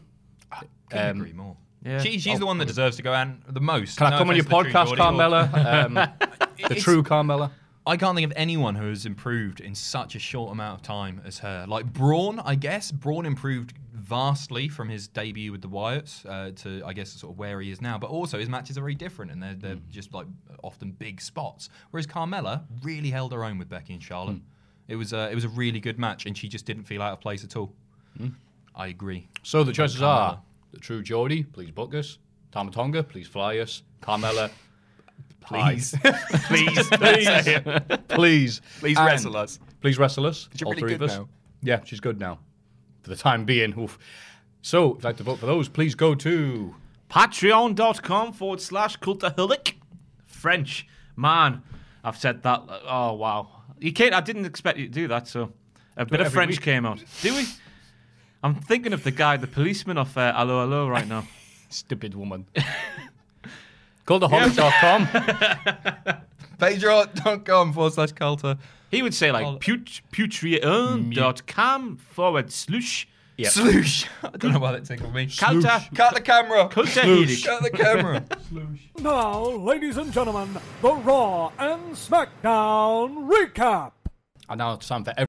S4: Couldn't
S3: Um,
S4: agree more.
S5: Yeah.
S4: She, she's the one that deserves to go and the most.
S3: Oh, Can
S4: No
S3: I come on your
S4: offense to the
S3: podcast,
S4: True Geordie or-
S3: Carmella? Um, the
S4: It's-
S3: true Carmella.
S4: I can't think of anyone who has improved in such a short amount of time as her. Like Braun, I guess. Braun improved vastly from his debut with the Wyatts uh, to, I guess, sort of where he is now. But also, his matches are very different and they're, they're
S3: Mm.
S4: just like often big spots. Whereas Carmella really held her own with Becky and Charlotte.
S3: Mm.
S4: It was a, it was a really good match, and she just didn't feel out of place at all.
S3: Mm.
S4: I agree.
S3: So the choices are the true Geordie, please book us. Tamatonga, please fly us. Carmella,
S4: Please,
S3: please, please, please,
S4: please
S3: And
S4: wrestle us.
S3: Please wrestle us.
S4: She's
S3: all
S4: really
S3: three
S4: good
S3: of us.
S4: now.
S3: Yeah, she's good now. For the time being. Oof. So, if you'd like to vote for those, please go to.
S5: Patreon.com forward slash cultaholic. French. Man, I've said that. Oh, wow. You can't, I didn't expect you to do that, so a bit of
S3: every
S5: French
S3: week.
S5: came out. Do we? I'm thinking of the guy, the policeman off uh, Allo Allo right now.
S3: Stupid woman. Called the
S4: Patreon.com forward slash culture.
S5: He would say like
S4: I'll-
S5: put, putreon.com forward slush.
S3: Yep.
S4: Sloosh. I don't know why that tickled me.
S5: Kalta,
S4: Cut the camera.
S5: Kalta Hirik.
S4: Cut the camera.
S2: Now, ladies and gentlemen, the Raw and SmackDown recap.
S3: And now it's time for every.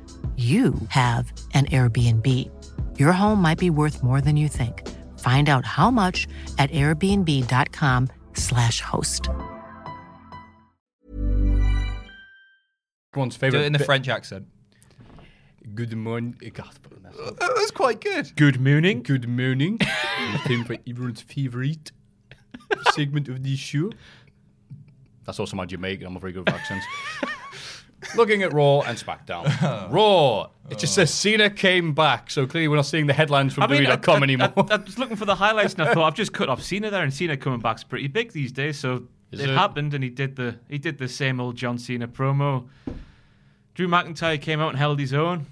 S1: you have an Airbnb. Your home might be worth more than you think. Find out how much at airbnb.com/slash host.
S3: Everyone's
S4: Do
S3: favorite.
S4: it in the
S3: bit-
S4: French accent.
S3: Good morning. God, that's not-
S4: That was quite good.
S5: Good mooning.
S3: Good morning. it's time for everyone's favorite segment of the show. That's also my Jamaican. I'm not very good with accents. Looking at Raw and SmackDown. Raw. It just says Cena came back. So clearly we're not seeing the headlines from WWE.com anymore.
S5: I, I was looking for the highlights and I thought I've just cut off Cena there, and Cena coming back's pretty big these days. So
S3: Is
S5: it,
S3: it?
S5: happened, and he did the he did the same old John Cena promo. Drew McIntyre came out and held his own.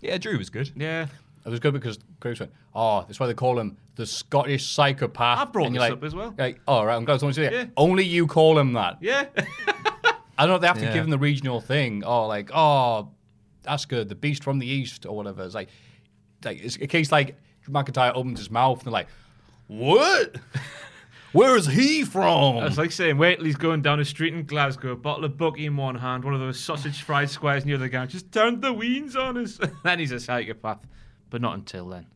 S4: Yeah, Drew was good.
S5: Yeah,
S3: It was good because Graves went, oh, that's why they call him the Scottish psychopath.
S5: I brought
S3: And
S5: this
S3: you're like,
S5: up as well.
S3: Like, oh, right, I'm glad someone said it.
S5: Yeah.
S3: Only you call him that.
S5: yeah.
S3: I don't know if they have to
S4: Yeah.
S3: give him the regional thing or like, oh, that's good, the beast from the east or whatever. It's like, like it's a case like McIntyre opens his mouth and they're like, what? Where is he from?
S5: It's like saying Waitley's going down a street in Glasgow, a bottle of bucky in one hand, one of those sausage fried squares in the other hand. Just turned the weens on us. then he's a psychopath, but not until then.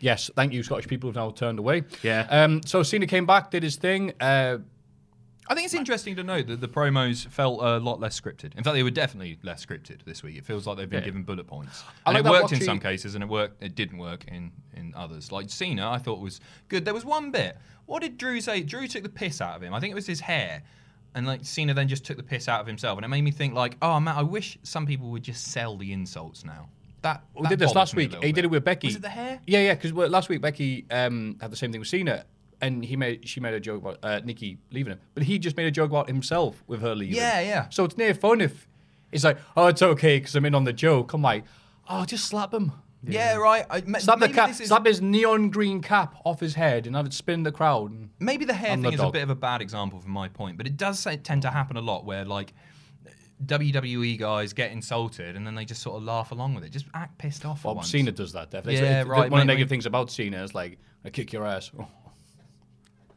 S3: Yes, thank you, Scottish people have now turned away.
S5: Yeah.
S3: Um, so Cena came back, did his thing. Uh,
S4: I think it's interesting to note that the promos felt a lot less scripted. In fact, they were definitely less scripted this week. It feels like they've been given bullet points.
S3: I
S4: And
S3: like
S4: it
S3: that
S4: worked in
S3: Watchy-
S4: some cases, and it worked. It didn't work in in others. Like Cena, I thought was good. There was one bit. What did Drew say? Drew took the piss out of him. I think it was his hair. And like Cena then just took the piss out of himself, and it made me think like, oh man, I wish some people would just sell the insults now. That
S3: we
S4: that
S3: did this
S4: bothers
S3: last
S4: me a
S3: week.
S4: little
S3: He did
S4: bit.
S3: it with Becky.
S4: Was it the hair?
S3: Yeah, yeah, because last week Becky um, had the same thing with Cena, and he made she made a joke about uh, Nikki leaving him, but he just made a joke about himself with her leaving.
S4: Yeah, yeah.
S3: So it's near fun if it's like, oh, it's okay because I'm in on the joke. I'm like, oh, just slap him.
S4: Yeah, right. I, ma-
S3: Slap the
S4: maybe
S3: cap,
S4: this is-
S3: slap his neon green cap off his head, and have it spin in the crowd. And
S4: Maybe the hair
S3: I'm
S4: thing
S3: the
S4: is a
S3: dog.
S4: bit of a bad example from my point, but it does say, tend to happen a lot where like WWE guys get insulted and then they just sort of laugh along with it. Just act pissed off. for
S3: Bob
S4: once.
S3: Cena does that definitely.
S4: Yeah,
S3: It's- it's-
S4: right,
S3: One of
S4: mate,
S3: the negative
S4: we-
S3: things about Cena is like, I kick your ass.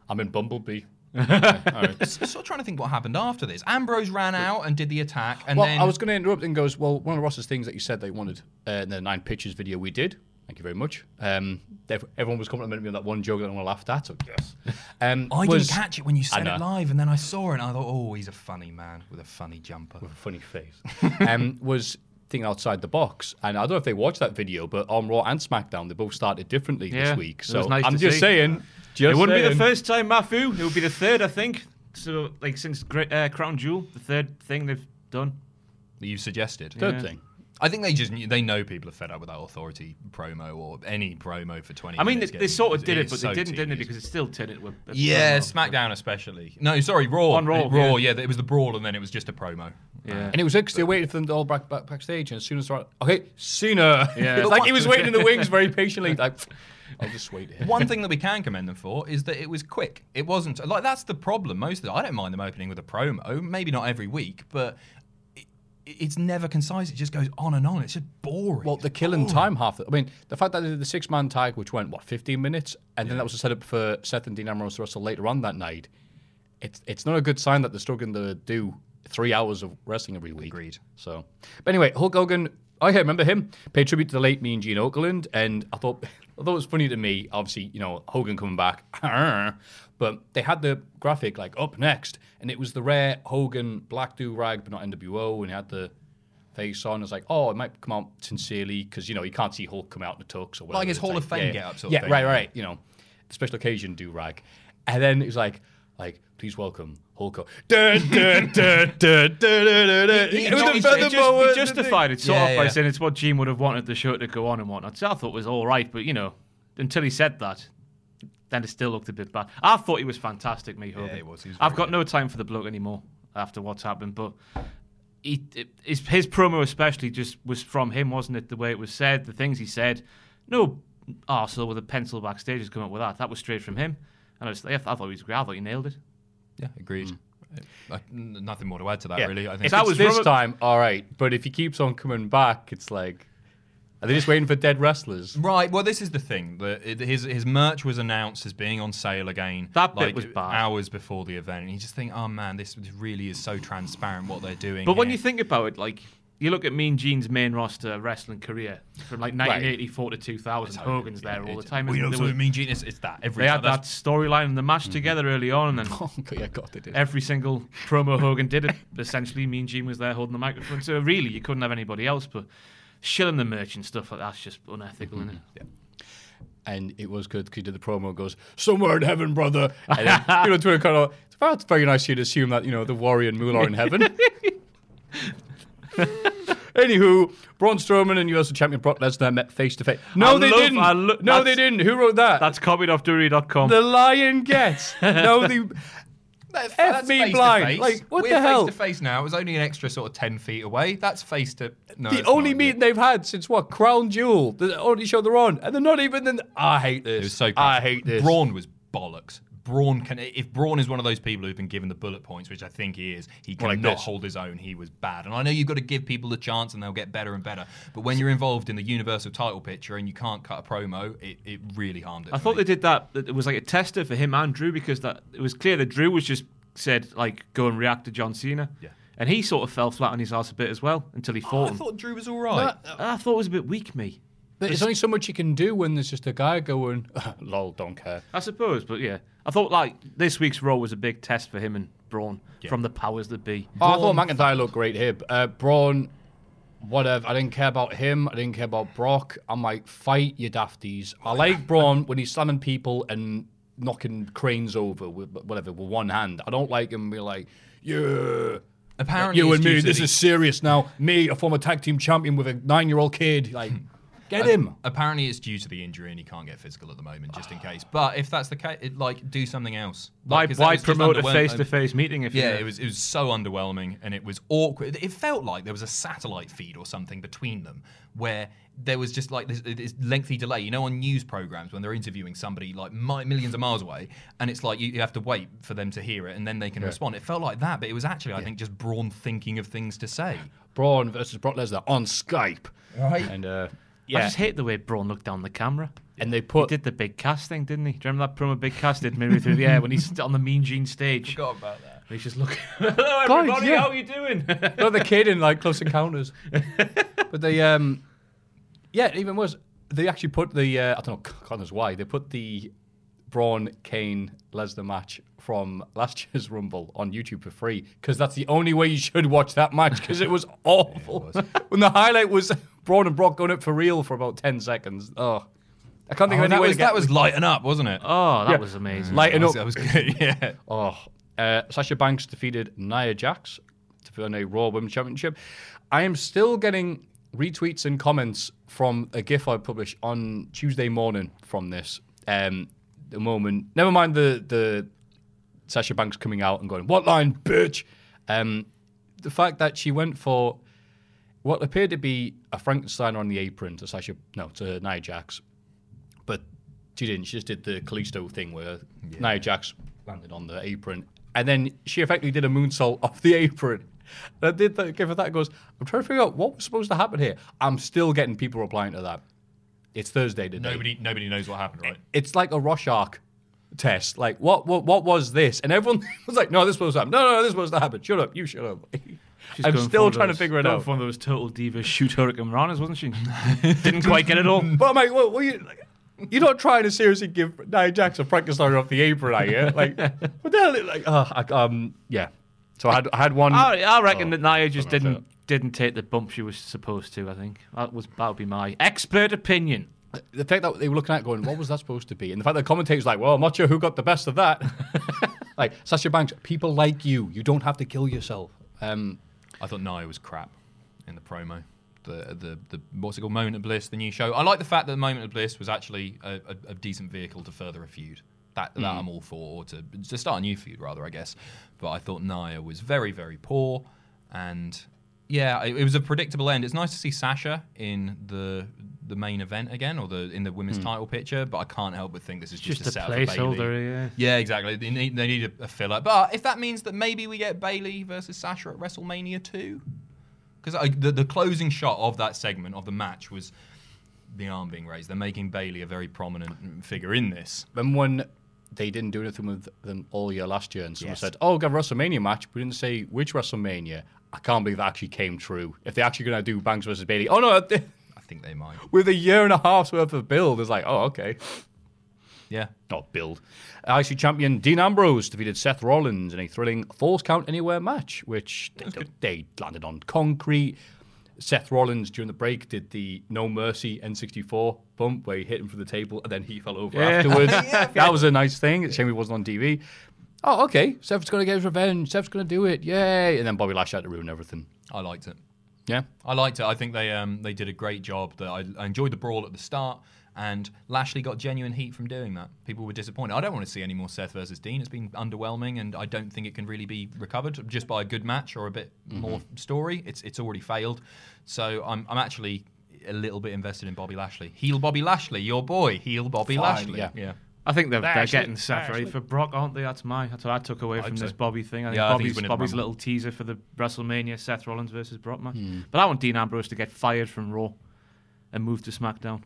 S3: I'm in Bumblebee. Okay, all right.
S4: S- sort of trying to think what happened after this. Ambrose ran out and did the attack, and
S3: well,
S4: then
S3: I was going to interrupt and goes, well, one of Ross's things that you said they wanted uh, in the nine pictures video we did. Thank you very much. Um, ev- everyone was complimenting me on that one joke that I laughed at. So yes, um,
S4: I
S3: was
S4: didn't catch it when you said
S3: know.
S4: it live, and then I saw it and I thought, oh, he's a funny man with a funny jumper.
S3: a funny face. um, was thinking outside the box, and I don't know if they watched that video, but on Raw and SmackDown they both started differently
S5: Yeah,
S3: this week.
S5: it
S3: So
S5: was nice
S3: I'm
S5: to
S3: just
S5: see.
S3: saying, just
S5: it wouldn't be
S3: saying.
S5: the first time, Matthew. It would be the third, I think. So, like, since Great, uh, Crown Jewel, the third thing they've done.
S4: that you suggested.
S3: third thing.
S4: I think they just knew, they know people are fed up with that authority promo or any promo for twenty.
S5: I mean, they,
S4: minutes
S5: they
S4: getting
S5: sort of
S4: used.
S5: did it,
S4: is
S5: but
S4: so
S5: they didn't, didn't they?
S4: tedious.
S5: Because it still turned into a. a
S4: Yeah,
S5: promo.
S4: SmackDown especially. No, sorry, Raw.
S5: On Raw,
S4: Raw,
S5: yeah.
S4: yeah. it was the brawl, and then it was just a promo.
S5: Yeah.
S3: And it was because they waited for them to all back, back backstage, and as soon as they're like, okay, Cena,
S5: Yeah.
S3: it's like he was waiting in the wings very patiently. Like, I'll just wait here.
S4: One thing that we can commend them for is that it was quick. It wasn't like that's the problem. Most of the, I don't mind them opening with a promo, maybe not every week, but it, it's never concise. It just goes on and on. It's just boring.
S3: Well, they're killing time half. The, I mean, the fact that they did the six man tag, which went what fifteen minutes, and then that was a setup for Seth and Dean Ambrose to wrestle later on that night. It's it's not a good sign that they're still going to do three hours of wrestling every week.
S4: Agreed.
S3: So, but anyway, Hulk Hogan. I yeah, remember him. Paid tribute to the late Mean Gene Oakland, and I thought, although it was funny to me, obviously you know Hogan coming back, but they had the graphic like up next, and it was the rare Hogan black do rag, but not NWO, and he had the face on. It's like, oh, it might come out sincerely because you know you can't see Hulk come out in the tux or whatever.
S4: Like his
S3: It's
S4: Hall of Fame
S3: yeah,
S4: get-up sort of
S3: yeah,
S4: thing.
S3: right, right. You know, special occasion do rag, and then it was like, Like, please welcome Hulk Hogan. Dun, dun, dun, dun, dun, dun, dun, dun.
S4: He- he
S3: It was
S4: ju-
S3: a
S4: he ju-
S3: feather
S4: he
S5: It just,
S3: boa.
S5: he justified it sort
S4: Yeah,
S5: of by
S4: yeah.
S5: saying it's what Gene would have wanted the show to go on and whatnot. So I thought it was all right, but you know, until he said that, then it still looked a bit bad. I thought he was fantastic, me Hogan.
S4: he was. He was
S5: I've
S4: very
S5: got no time for the bloke anymore after what's happened, but. He, it, his, his promo especially just was from him, wasn't it? The way it was said, the things he said. No arsehole with a pencil backstage has come up with that. That was straight from him. And I, was, I thought he was great. I thought he nailed it.
S4: Yeah, agreed. Uh, like, n- nothing more to add to that,
S3: Yeah.
S4: really. I think
S3: If
S5: that
S3: that
S5: was
S3: was this
S5: Robert-
S3: time, all right. But if he keeps on coming back, it's like, are they just waiting for dead wrestlers?
S4: Right. Well, this is the thing. The, it- his his merch was announced as being on sale again.
S5: That bit was bad.
S4: Hours before the event, and you just think, oh man, this really is so transparent what they're doing.
S5: But when
S4: here."
S5: you think about it, like you look at Mean Gene's main roster wrestling career from like 1984 to 2000, Hogan's there all the time.
S4: we
S5: isn't
S4: know
S5: there?
S4: so mean gene. It's, it's that every
S5: they
S4: time.
S5: had that
S4: That's-
S5: storyline and the match together early on, and then
S3: Oh, yeah, God, they did.
S5: every single promo Hogan did it. Essentially, Mean Gene was there holding the microphone. So really, you couldn't have anybody else. But shilling the merch and stuff like that's just unethical, isn't it?
S3: and it was good because he did the promo and goes, Somewhere in heaven, brother. And then, you know, Twitter kind of, it's very- it's very nice you'd assume that, you know, the Warrior and Moolah are in heaven. Anywho, Braun Strowman and USA Champion Brock Lesnar met face to face. No,
S5: I
S3: they
S5: love-
S3: didn't.
S5: I lo-
S3: no, they
S5: that's-
S3: didn't. Who wrote that?
S5: That's copied off Dury.com.
S3: the lion gets. no, the.
S4: That's,
S3: F me blind. Like, what
S4: We're
S3: the hell?
S4: face to face now. It was only an extra sort of ten feet away. That's face to. No,
S3: the
S4: it's
S3: only
S4: not.
S3: meeting they've had since what Crown Jewel, the only show they're on, and they're not even. In I hate this.
S4: It was so. Gross.
S3: I hate this.
S4: Braun was bollocks. Braun can. If Braun is one of those people who've been given the bullet points, which I think he is, he
S3: Well, like
S4: cannot
S3: this.
S4: hold his own. He was bad, and I know you've got to give people the chance, and they'll get better and better. But when you're involved in the universal title picture and you can't cut a promo, it, it really harmed it.
S5: I
S4: for
S5: thought
S4: me.
S5: they did that. that It was like a tester for him and Drew because that it was clear that Drew was just said like go and react to John Cena.
S4: Yeah.
S5: And he sort of fell flat on his ass a bit as well until he
S4: Oh,
S5: fought
S4: I
S5: him.
S4: thought Drew was all right.
S3: uh,
S5: I thought it was a bit weak, me.
S3: There's only so much you can do when there's just a guy going, "Lol, don't care."
S5: I suppose, but yeah, I thought like this week's Raw was a big test for him and Braun from the powers that be.
S3: Oh, I thought McIntyre looked great here. but, Uh, Braun, whatever. I didn't care about him. I didn't care about Brock. I'm like, fight your dafties. I like Braun when he's slamming people and knocking cranes over with whatever with one hand. I don't like him be like, yeah.
S4: Apparently,
S3: You
S4: it's
S3: and
S4: due
S3: me,
S4: to
S3: this
S4: the-
S3: is serious now. Me, a former tag team champion with a nine-year-old kid. Like, get him.
S4: Apparently, it's due to the injury, and he can't get physical at the moment, just in case. But if that's the case, it, like do something else.
S5: Why,
S4: Like, 'cause that
S5: why
S4: was just
S5: promote a
S4: underwhelm-
S5: face to face meeting if
S4: Yeah,
S5: you
S4: it was it was so underwhelming, and it was awkward. It felt like there was a satellite feed or something between them, where there was just like this, this lengthy delay. You know, on news programs when they're interviewing somebody like mi- millions of miles away, and it's like you, you have to wait for them to hear it, and then they can respond. It felt like that, but it was actually, I think, just Braun thinking of things to say.
S3: Braun versus Brock Lesnar on Skype.
S4: Right.
S3: And uh,
S5: I
S3: yeah,
S5: just hate the way Braun looked down the camera.
S3: and they
S5: He
S3: put
S5: did the big cast thing, didn't he? Do you remember that promo big cast did midway through the air when he's on the Mean Gene stage?
S4: Forgot about that.
S5: And he's just looking. Hello, everybody.
S3: yeah.
S5: How are you doing?
S3: no, the kid in like Close Encounters. but they, um, yeah, it even was. They actually put the uh, I don't know, God knows why they put the Braun Kane Lesnar match from last year's Rumble on YouTube for free because that's the only way you should watch that match because it was awful. when the highlight was Braun and Brock going up for real for about ten seconds. Oh, I can't think
S4: Oh,
S3: of any
S4: that
S3: way
S4: was,
S3: to
S4: that
S3: get
S4: was lighten up, wasn't it?
S5: oh, that was amazing.
S3: lighten
S4: that
S3: up.
S4: was, that was good. Yeah.
S3: Oh, uh, Sasha Banks defeated Nia Jax to win a Raw Women's Championship. I am still getting retweets and comments from a GIF I published on Tuesday morning from this. Um, the moment, never mind the the Sasha Banks coming out and going, "What line, bitch?" Um, the fact that she went for what appeared to be a Frankenstein on the apron to Sasha, no, to Nia Jax, but she didn't. She just did the Callisto thing where Nia Jax landed on the apron, and then she effectively did a moonsault off the apron. And I did that. Give her that. and Goes. I'm trying to figure out what was supposed to happen here. I'm still getting people replying to that. It's Thursday today.
S4: Nobody, nobody knows what happened, right?
S3: It's like a Rorschach test. Like what? What? What was this? And everyone was like, "No, this was to happen. No, no, no, this was to happen. Shut up. You shut up."
S5: She's
S3: I'm
S5: going for
S3: still
S5: one of
S3: trying
S5: those-
S3: to figure it
S5: going
S3: out.
S5: for one of those total divas shoot hurricane runners, wasn't she? Didn't quite get it all.
S3: But mate, what, what you? You're not trying to seriously give Nia Jax a Frankenstein off the apron, are you? Like, what the hell? Like, oh, I, um, yeah. So I had, I had one.
S5: I, I reckon Oh, that Nia just
S3: something like
S5: didn't didn't take the bump she was supposed to. I think that was that would be my expert opinion.
S3: the fact that they were looking at it going, what was that supposed to be? And the fact that the commentator's like, well, I'm not sure who got the best of that. Like Sasha Banks, people like you. You don't have to kill yourself. Um,
S4: I thought Nia was crap in the promo. The, the the what's it called? Moment of Bliss, the new show. I like the fact that Moment of Bliss was actually a, a, a decent vehicle to further a feud. That, that
S5: Mm.
S4: I'm all for, or to, to start a new feud rather, I guess. But I thought Nia was very very poor, and yeah, it, it was a predictable end. It's nice to see Sasha in the the main event again, or the in the women's title picture. But I can't help but think this is just,
S5: Mm. Just a
S4: setup for Bayley.
S5: placeholder, yeah.
S4: Yeah, exactly. They need, they need a, a filler. But if that means that maybe we get Bailey versus Sasha at WrestleMania 2, because the, the closing shot of that segment of the match was the arm being raised. They're making Bailey a very prominent figure in this.
S3: remember when they didn't do anything with them all year last year, and someone said, "Oh, we've got a WrestleMania match," but we didn't say which WrestleMania. I can't believe that actually came true. If they're actually going to do Banks versus Bailey, oh no, they-
S4: I think they might.
S3: with a year and a half's worth of build, it's like, oh okay.
S4: Yeah.
S3: not build. IC champion Dean Ambrose defeated Seth Rollins in a thrilling Falls Count Anywhere match, which they, they landed on concrete. Seth Rollins during the break did the No Mercy N64 bump where he hit him from the table and then he fell over afterwards. That was a nice thing. It's a shame he wasn't on TV. Oh, okay. Seth's going to get his revenge. Seth's going to do it. Yay. And then Bobby Lash had to ruin everything.
S4: I liked it.
S3: Yeah.
S4: I liked it. I think they um, they did a great job. That I, I enjoyed the brawl at the start, and Lashley got genuine heat from doing that. People were disappointed. I don't want to see any more Seth versus Dean. It's been underwhelming, and I don't think it can really be recovered just by a good match or a bit more story. It's it's already failed. So I'm I'm actually a little bit invested in Bobby Lashley. Heel Bobby Lashley, your boy. Heel Bobby Lashley.
S3: yeah.
S4: yeah.
S5: I think they're, they're getting Seth ready for Brock, aren't they? That's my that's what I took away from
S4: so.
S5: this Bobby thing. I think
S4: Yeah, I think he's
S5: Bobby's,
S4: winning the
S5: Bobby's
S4: Rumble.
S5: little teaser for the WrestleMania Seth Rollins versus Brock match.
S3: Hmm.
S5: But I want Dean Ambrose to get fired from Raw and move to SmackDown.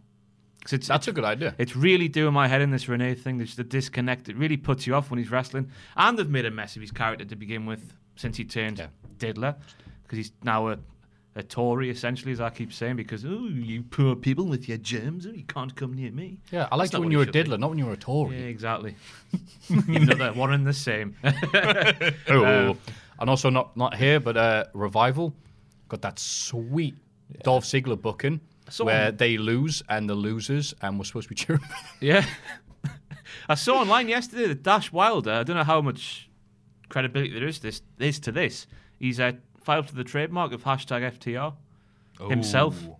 S5: 'Cause it's,
S3: That's a good idea.
S5: it's really doing my head in this Renee thing. There's the disconnect. It really puts you off when he's wrestling. And they've made a mess of his character to begin with since he turned
S3: Yeah.
S5: diddler because he's now a, a Tory essentially, as I keep saying. Because oh, you poor people with your germs, oh, you can't come near me.
S3: Yeah, I
S5: That's
S3: liked
S5: not
S3: it when
S5: what
S3: you were
S5: he
S3: a
S5: should be.
S3: diddler, not when you were a Tory.
S5: Yeah, exactly. Another one and the same.
S3: Oh, and also not not here, but uh, revival got that sweet Dolph Ziggler booking where they lose and the losers and we're supposed to be cheering.
S5: yeah. I saw online yesterday that Dash Wilder, I don't know how much credibility there is this is to this. He's uh, filed for the trademark of hashtag FTR himself.
S4: Ooh.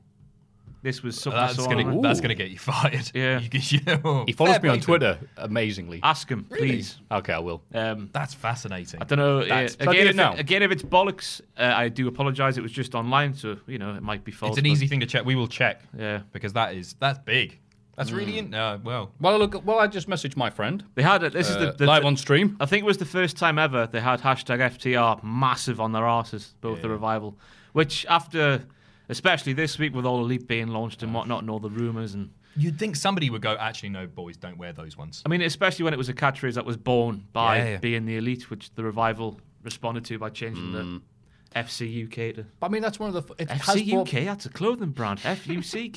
S5: This was something I
S4: That's
S5: saw
S4: gonna
S5: online.
S4: that's gonna get you fired.
S5: Yeah.
S4: You, you-
S3: he follows
S4: Fair
S3: me on
S4: play to
S3: Twitter amazingly.
S5: Ask him, please.
S3: okay, I will.
S5: Um,
S4: That's fascinating.
S5: I don't know. Uh,
S3: That's- I
S5: again,
S3: didn't
S5: if it-
S3: know.
S5: again, if it's bollocks, uh, I do apologise. It was just online, so you know it might be false.
S4: It's an
S5: but-
S4: easy thing to check. We will check.
S5: Yeah.
S4: Because that is that's big. That's
S3: Mm.
S4: really in, uh, well.
S3: Well, look. Well, I just messaged my friend
S5: They had it. This is
S3: uh,
S5: the, the
S3: live on stream.
S5: I think it was the first time ever they had hashtag FTR massive on their asses, both the revival, which after, especially this week with all Elite being launched and whatnot and all the rumours and
S4: You'd think somebody would go. Actually, no, boys, don't wear those ones.
S5: I mean, especially when it was a catchphrase that was born by
S4: Yeah, yeah.
S5: being the Elite, which the revival responded to by changing the FC UK to
S3: But I mean, that's one of the. Mm. f- It has
S5: FC
S3: brought-
S5: UK. That's a clothing brand. FUCK.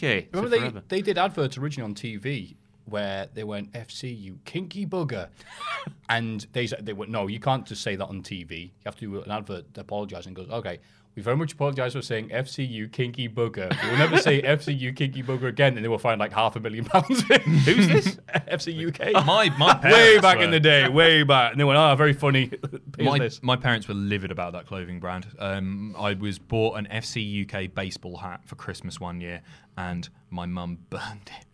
S3: Remember
S5: Remember
S3: they
S5: forever.
S3: they did adverts originally on TV where they went FC you kinky bugger, and they said they went no you can't just say that on TV. You have to do an advert that apologise and goes okay. We very much apologise for saying FC you kinky bugger. We'll never say FC you kinky bugger again, and they will find like half a million pounds. Who's this? FC UK.
S4: My my parents
S3: way back
S4: were,
S3: in the day, way back, and they went oh very funny. Here's
S4: My,
S3: this.
S4: my parents were livid about that clothing brand. Um, I was bought an FC UK baseball hat for Christmas one year, and my mum burned it.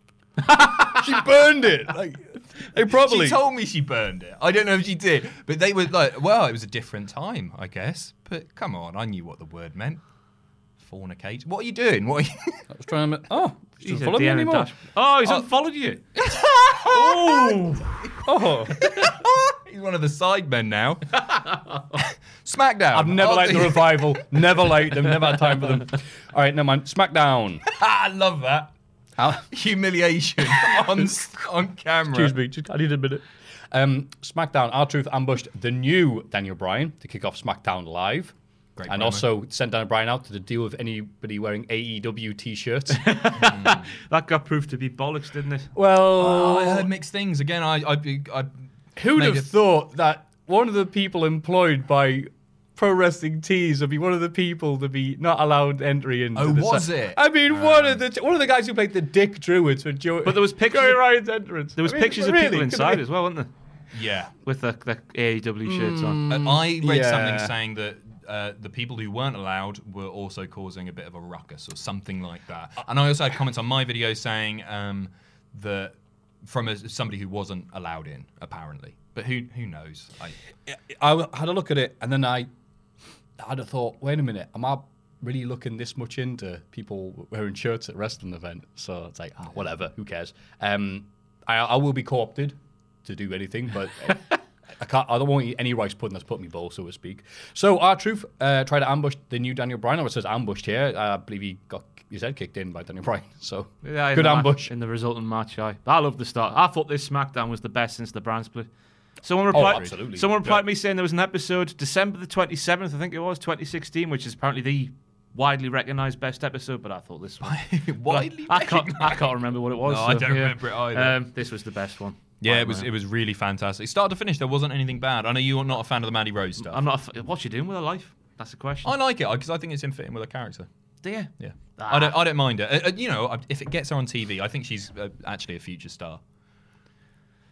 S3: She burned it. Like, they probably
S4: She told me she burned it. I don't know if she did, but they were like, "Well, it was a different time, I guess." But come on, I knew what the word meant. Fornicate. What are you doing? What are you?
S3: I was trying to. Oh, she
S5: He's
S3: doesn't
S5: a
S3: follow me
S5: Deanna
S3: anymore.
S5: Dash- Oh, he's unfollowed you.
S3: Oh.
S4: He's one of the sidemen now. SmackDown.
S3: I've never
S4: Oh,
S3: liked the revival. Never liked them. Never had time for them. All right, never mind. SmackDown.
S4: I love that.
S3: How-
S4: Humiliation on, on camera.
S3: Excuse me. Just, I need a minute. Um, SmackDown. Our Truth ambushed the new Daniel Bryan to kick off SmackDown Live.
S4: Great
S3: and
S4: promo.
S3: also sent Daniel Bryan out to the deal with anybody wearing AEW t shirts.
S5: That got proved to be bollocks, didn't it?
S4: Oh,
S3: well,
S4: I heard mixed things again. I, I, I
S3: who'd
S4: made
S3: have
S4: it-
S3: thought that one of the people employed by pro wrestling tees would be one of the people to be not allowed entry into
S4: Oh,
S3: the
S4: was
S3: site?
S4: it?
S3: I mean, one of the one of the guys who played the Dick Druids for Joe.
S5: Ah. But there was pictures
S3: Joey
S5: of-
S3: Ryan's entrance.
S5: There
S3: I
S5: was
S3: mean,
S5: pictures of
S3: really,
S5: people
S3: could
S5: inside
S3: they-
S5: as well, weren't there?
S4: Yeah.
S5: with the, the AEW shirts
S3: Hmm.
S5: on.
S4: Uh, I read
S3: Mm, yeah.
S4: something saying that uh, the people who weren't allowed were also causing a bit of a ruckus or something like that. And I also had comments on my video saying um, that from a, somebody who wasn't allowed in, apparently. But who who knows? I,
S3: I had a look at it and then I had a thought, wait a minute, am I really looking this much into people wearing shirts at wrestling event? So it's like, ah, whatever, who cares? Um, I, I will be co-opted to do anything, but I, I can't. I don't want any rice pudding that's put in my bowl, so to speak. So our truth uh, tried to ambush the new Daniel Bryan. Or it says ambushed here. I believe he got his head kicked in by Daniel Bryan. So
S5: Yeah, in
S3: good
S5: the ma-
S3: ambush.
S5: in the resulting match. I I love the start. I thought this SmackDown was the best since the brand split.
S4: Oh,
S5: Someone replied.
S3: absolutely.
S5: Someone replied
S3: Yeah.
S5: to me saying there was an episode December the twenty seventh, I think it was twenty sixteen, which is apparently the widely recognised best episode. But I thought this one.
S4: widely
S5: I can't. I can't remember what it was.
S4: No, I
S5: so,
S4: don't
S5: yeah.
S4: remember it either.
S5: Um, this was the best one.
S4: yeah,
S5: By
S4: it was
S5: now.
S4: it was really fantastic. Start to finish, there wasn't anything bad. I know you're not a fan of the Mandy Rose stuff.
S5: I'm not. A f- what you doing with her life? That's the question.
S4: I like it because I think it's in fitting with her character.
S5: Do you?
S4: Yeah,
S3: Ah.
S4: I don't. I don't mind it. Uh, uh, you know, I- if it gets her on TV, I think she's uh, actually a future star.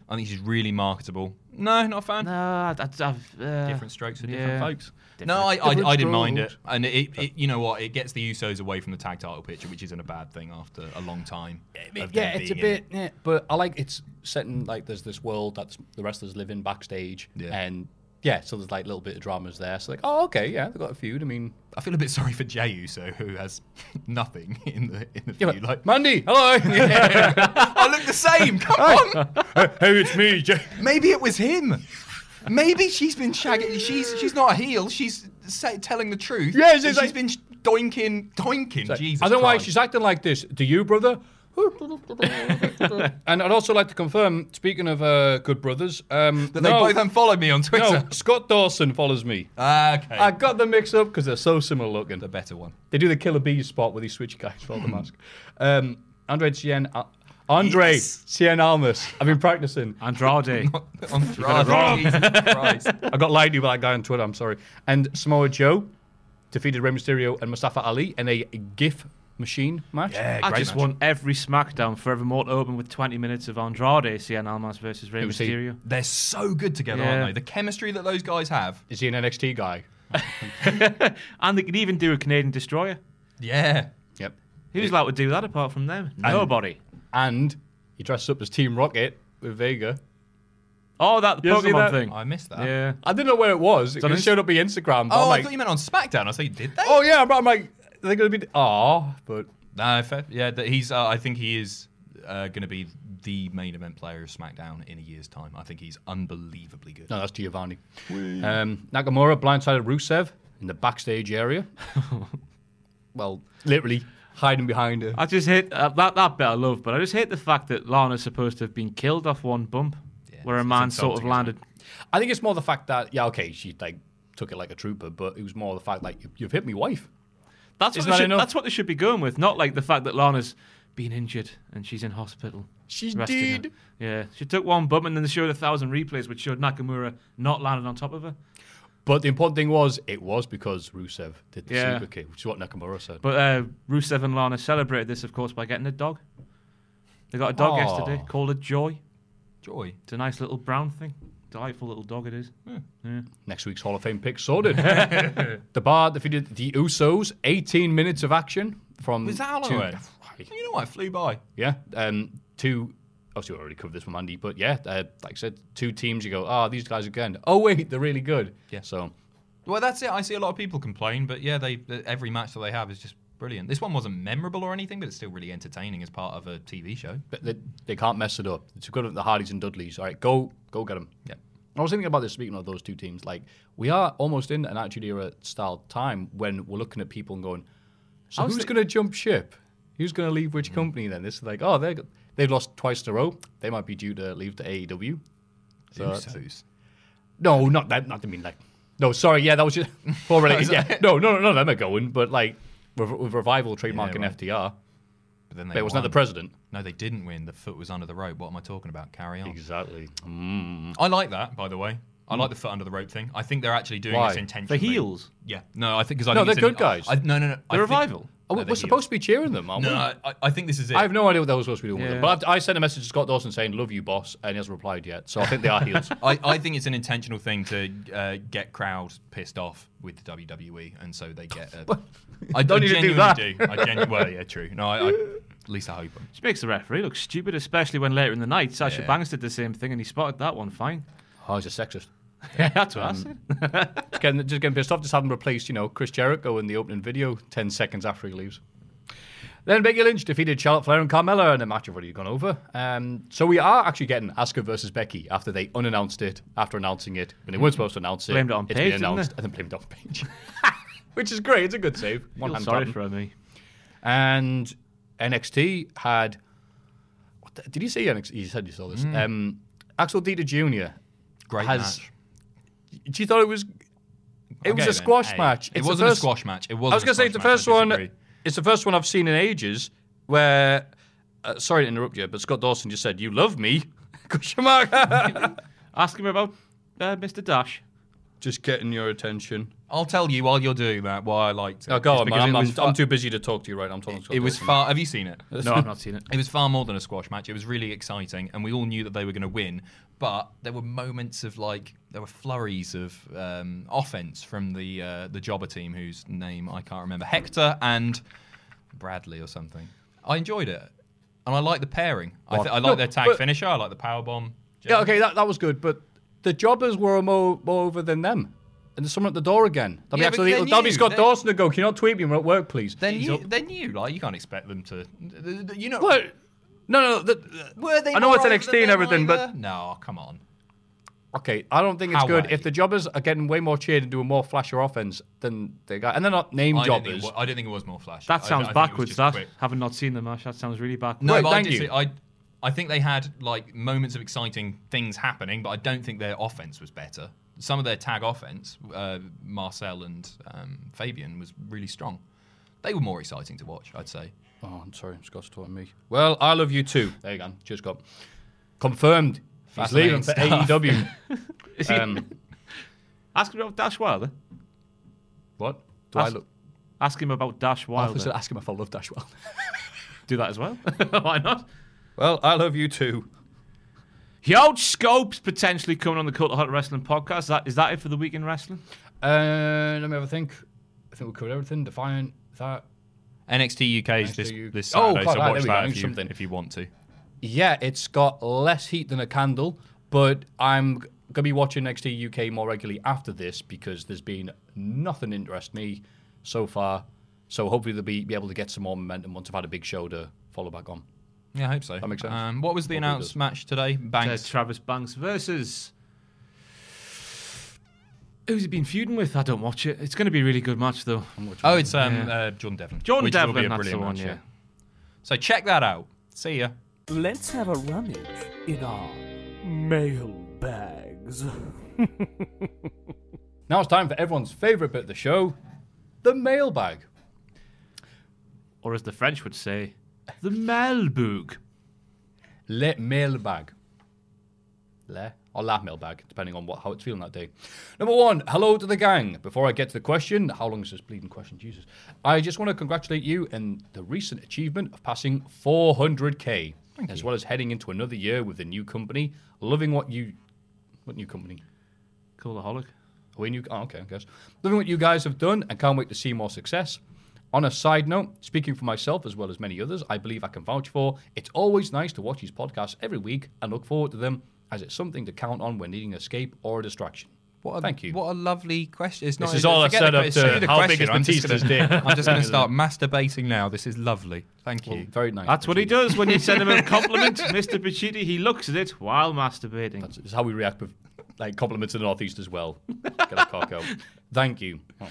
S4: I think she's really marketable. No, not a fan.
S5: No, I, I, I've, uh,
S4: Different strokes for
S5: yeah.
S4: different folks. No, I, I, I didn't mind it, and it, it, you know what, it gets the Usos away from the tag title picture, which isn't a bad thing after a long time. of them
S3: yeah, it's a
S4: being in it.
S3: bit. Yeah, but I like it's setting like there's this world that the wrestlers live in backstage,
S4: Yeah.
S3: and yeah, so there's like little bit of dramas there. So like, oh okay, yeah, they've got a feud. I mean,
S4: I feel a bit sorry for Jey Uso, who has nothing in the in the
S3: yeah,
S4: feud.
S3: but,
S4: Like,
S3: Mandy, hello,
S4: I look the same. Come on.
S3: hey, it's me. Jay.
S4: Maybe it was him. Maybe she's been shagging. She's she's not a heel. She's say, telling the truth.
S3: Yeah, it's
S4: And she's
S3: like-
S4: been sh- doinking, doinking. Jesus.
S3: I don't know why
S4: Christ.
S3: she's acting like this. Do you, brother? and I'd also like to confirm. Speaking of uh, good brothers, um,
S4: That
S3: no,
S4: they both unfollowed me on Twitter.
S3: no, Scott Dawson follows me.
S4: Ah, okay.
S3: I got the mix up because they're so similar looking.
S4: the better one.
S3: They do the killer bees spot where they switch guys for the mask. Um, Andre Cien, uh, Andre
S4: Yes.
S3: Cien Almas. I've been practicing.
S5: Andrade.
S4: On Friday. Jesus Christ.
S3: I got lied to by that guy on Twitter. I'm sorry. And Samoa Joe defeated Rey Mysterio and Mustafa Ali in a GIF machine match.
S5: I just want every SmackDown forevermore to open with 20 minutes of Andrade, Cien Almas versus Rey
S3: Who's he?
S5: Mysterio.
S4: They're so good together,
S5: Yeah.
S4: aren't they? The chemistry that those guys have.
S3: Is he an NXT guy?
S5: And they could even do a Canadian Destroyer.
S4: Yeah.
S3: Yep.
S5: Who's allowed to do that apart from them? Nobody.
S3: And he dressed up as Team Rocket with Vega.
S5: Oh, that
S3: You see
S5: Pokemon
S3: that?
S5: thing.
S4: I missed that.
S5: yeah.
S3: I didn't know where it was. It
S5: on
S3: just
S5: Inst-
S3: showed up on Instagram. But
S4: Oh,
S3: I'm
S4: I
S3: like,
S4: thought you meant on SmackDown. I was like, did they?
S3: oh yeah. But I'm like, they're gonna be. Ah, but
S4: No, fair. Yeah, that he's. Uh, I think he is uh, going to be the main event player of SmackDown in a year's time. I think he's unbelievably good.
S3: No, that's Giovanni. Um, Nakamura blindsided Rusev in the backstage area. well, literally hiding behind her.
S5: I just hate uh, that. That bit I love, but I just hate the fact that Lana's supposed to have been killed off one bump, where a
S4: it's
S5: man
S4: insulting,
S5: sort of
S4: isn't it?
S5: landed.
S3: I think it's more the fact that yeah, okay, she like took it like a trooper, but it was more the fact like you- you've hit me wife.
S5: That's what,
S3: Isn't
S5: they
S3: that
S5: should,
S3: enough?
S5: that's what they should be going with, not like the fact that Lana's been injured and she's in hospital.
S3: She's
S5: resting her.
S3: dead.
S5: Yeah, she took one bump and then they showed a thousand replays, which showed Nakamura not landing on top of her.
S3: But the important thing was it was because Rusev did the
S5: Yeah.
S3: super kick, which is what Nakamura said.
S5: But uh, Rusev and Lana celebrated this, of course, by getting a dog. They got a dog
S3: Aw.
S5: yesterday called a Joy.
S4: Joy.
S5: It's a nice little brown thing. Delightful little dog it is.
S3: Next week's Hall of Fame pick sorted. the Bar defeated the Usos. 18 minutes of action from
S4: Was that how long
S3: two-
S4: it went? You know what? It flew by.
S3: Yeah. Um, two. Obviously, we already covered this from Andy, but yeah, uh, like I said, two teams. You go, oh, these guys again. Oh wait, they're really good.
S4: Yeah.
S3: So
S4: Well, that's it. I see a lot of people complain, but yeah, they th- every match that they have is just brilliant. This one wasn't memorable or anything, but it's still really entertaining as part of a TV show.
S3: but they, they can't mess it up. It's good at the Hardys and Dudleys. All right, go go get them.
S4: Yeah.
S3: I was thinking about this. Speaking of those two teams, like we are almost in an Attitude Era style time when we're looking at people and going, so
S5: was
S3: who's
S5: thi-
S3: going to jump ship? Who's going to leave which
S4: Hmm.
S3: company? Then this is like, oh, they they've lost twice in a row. They might be due to leave to AEW. So that's-
S4: Usos.
S3: No, not that. Not I mean like. No, sorry. Yeah, that was just four related. yeah. No, no, no, none of them are going. But like with, with revival trademark
S4: Yeah,
S3: and
S4: right.
S3: FDR,
S4: But then they
S3: but it was
S4: won.
S3: not the president.
S4: No, they didn't win. The foot was under the rope. What am I talking about? Carry on.
S3: Exactly. Mm.
S4: I like that, by the way. I like the foot under the rope thing. I think they're actually doing
S3: Why?
S4: this
S3: The
S4: intentionally.
S5: The heels.
S4: Yeah. No, I think because I
S3: No,
S4: think
S3: they're
S4: it's
S3: good guys.
S4: I, no, no, no.
S5: The
S4: I
S5: revival.
S3: Oh,
S4: Are
S3: we-
S4: they
S3: we're supposed to be cheering them, aren't we?
S4: No, I, I think this is it.
S3: I have no idea what they were supposed to be doing with
S5: Yeah.
S3: them. But I've, I sent a message to Scott Dawson saying, love you, boss, and he hasn't replied yet. So I think they are heels.
S4: I, I think it's an intentional thing to uh, get crowds pissed off with the WWE, and so they get. A, I
S3: Don't
S4: I
S3: need to do
S4: genuinely
S3: that.
S4: I genu- well, yeah, true. No, I, I, at least I hope. I'm.
S5: Which makes the referee look stupid, especially when later in the night Sasha
S4: Yeah.
S5: Banks did the same thing and he spotted that one fine.
S3: oh, he's a sexist.
S5: That's what I said.
S3: Just getting, just getting pissed off, just having replaced, you know, Chris Jericho in the opening video 10 seconds after he leaves. Then Becky Lynch defeated Charlotte Flair and Carmella in a match I've already gone over. Um, so we are actually getting Asuka versus Becky after they unannounced it, after announcing it, when they weren't supposed to announce it.
S5: Mm. Blamed it on
S3: it's
S5: Paige,
S3: been
S5: didn't
S3: announced,
S5: they?
S3: and then blamed it on Paige. Which is great. It's a good save. One
S5: Feel
S3: hand
S5: sorry
S3: clapping.
S5: for eh? me.
S3: And NXT had. What the, did you see NXT? You said you saw this. Um, Axel Dieter Jr.
S4: Hmm. Great
S3: has.
S4: match.
S3: Do you thought it was? It
S4: I
S3: was
S4: gave
S3: a squash
S4: an A.
S3: match.
S4: It
S3: It's the
S4: wasn't a
S3: first-
S4: squash match. It was.
S3: I was gonna say it's the first one. It's the first one I've seen in ages where. Uh, sorry to interrupt you, but Scott Dawson just said you love me. Question mark.
S5: Ask him about uh, Mr. Dash.
S3: just getting your attention.
S4: I'll tell you while you're doing that why I liked it.
S3: Oh, go
S4: It's
S3: on,
S4: because
S3: man. I'm,
S4: It
S3: I'm,
S4: was,
S3: I'm
S4: fa-
S3: too busy to talk to you right now. I'm talking to Scott
S4: it was
S3: Dawson.
S4: far. Have you seen it?
S5: No, I've not seen it.
S4: It was far more than a squash match. It was really exciting, and we all knew that they were going to win. But there were moments of like there were flurries of um, offense from the uh, the jobber team, whose name I can't remember, Hector and Bradley or something. I enjoyed it, and I like the pairing. I, th- I like
S3: No,
S4: their tag
S3: but-
S4: finisher. I like the power bomb.
S3: Yeah, okay, that, that was good, but the jobbers were more, more over than them. And there's someone at the door again. That'll
S4: Yeah,
S3: be
S4: but
S3: actually
S4: they're
S3: that'll be
S4: new.
S3: Scott
S4: They're-
S3: Dawson to go. Can you not tweet me? We're at work, please.
S4: Then
S3: He's
S4: you,
S3: up-
S4: then you like you can't expect them to. th- th- You know
S3: what? No, no, no. the-
S4: Were they
S3: I know
S4: more
S3: it's
S4: over
S3: NXT
S4: than
S3: and
S4: them
S3: everything, but-
S4: either? no, come on.
S3: okay, I don't think it's
S4: How
S3: good
S4: way?
S3: if the jobbers are getting way more cheered and doing more flasher offense than they got, and they're not named
S4: I don't, think it
S3: jobbers.
S4: wa- I don't think it was more flash.
S5: That sounds backwards, that.
S4: That's
S5: Having not seen the match, that sounds really backwards.
S4: No,
S3: Right,
S4: but I,
S3: thank
S4: did
S3: you.
S4: see, I I think they had like moments of exciting things happening, but I don't think their offense was better. Some of their tag offense, uh, Marcel and um, Fabian, was really strong. They were more exciting to watch, I'd say.
S3: Oh, I'm sorry, Scott's talking to me. Well, I love you too. There you go. Cheers, Scott. Confirmed. He's
S4: Fascinating
S3: leaving for
S4: stuff.
S3: AEW.
S5: Is he-
S3: um,
S5: ask him about Dash Wilder.
S3: what? Do I
S5: Ask-
S3: look?
S5: Ask him about Dash
S3: I was
S5: Wilder.
S3: gonna ask him if I love Dash well.
S5: Do that as well. Why not?
S3: well, I love you too.
S5: Huge scopes potentially coming on the Cult of Hot Wrestling podcast. Is that, is that it for the week in wrestling?
S3: Uh, let me have a think. I think we covered everything. Defiant, that.
S4: NXT UK is this,
S3: NXT
S4: this
S3: Oh,
S4: Saturday,
S3: quite
S4: so
S3: right, there
S4: watch
S3: we
S4: that
S3: go,
S4: if you,
S3: something.
S4: if you want to.
S3: Yeah, it's got less heat than a candle, but I'm going to be watching NXT UK more regularly after this because there's been nothing interest me so far. So hopefully they'll be, be able to get some more momentum once I've had a big show to follow back on.
S4: Yeah, I hope so. That
S3: makes sense.
S4: Um, what was the
S3: Hopefully it
S4: announced
S3: does.
S4: match today?
S5: Uh,
S4: Banks.
S5: Travis Banks versus. Who's he been feuding with? I don't watch it. It's going to be a really good match, though.
S4: oh, it's um,
S5: Yeah.
S4: uh, Jordan Devlin.
S5: Jordan
S4: which will be
S5: Devlin,
S4: a
S5: that's the
S4: brilliant
S5: one,
S4: match,
S5: yeah.
S4: So check that out. See ya.
S2: Let's have a rummage in our mailbags.
S3: Now it's time for everyone's favourite bit of the show the mailbag.
S5: Or as the French would say, the Melboog.
S3: Le mailbag. Le or la mailbag, depending on what how it's feeling that day. Number one, hello to the gang. Before I get to the question, how long is this bleeding question? Jesus. I just want to congratulate you in the recent achievement of passing 400k, as well as heading into another year with the new company. Loving what you. What new company?
S5: Cultaholic.
S3: Are we new? Oh, okay, I guess. Loving what you guys have done and can't wait to see more success. On a side note, speaking for myself as well as many others, I believe I can vouch for it's always nice to watch these podcasts every week and look forward to them as it's something to count on when needing escape or a distraction.
S4: What a,
S3: Thank you.
S4: What a lovely question. It's not,
S3: is all I've
S4: forget
S3: said
S4: the
S3: up
S4: question.
S3: to
S4: Screw the
S3: how big
S4: question.
S3: is
S4: I'm just
S3: Batista's
S4: gonna-
S3: dick.
S4: I'm just going to start masturbating now. This is lovely. Thank you.
S3: Very nice.
S5: That's what he does when you send him a compliment, Mr. Pacitti. He looks at it while masturbating.
S3: That's it's how we react with like compliments to the Northeast as well. Get a cock out. Thank you. Oh.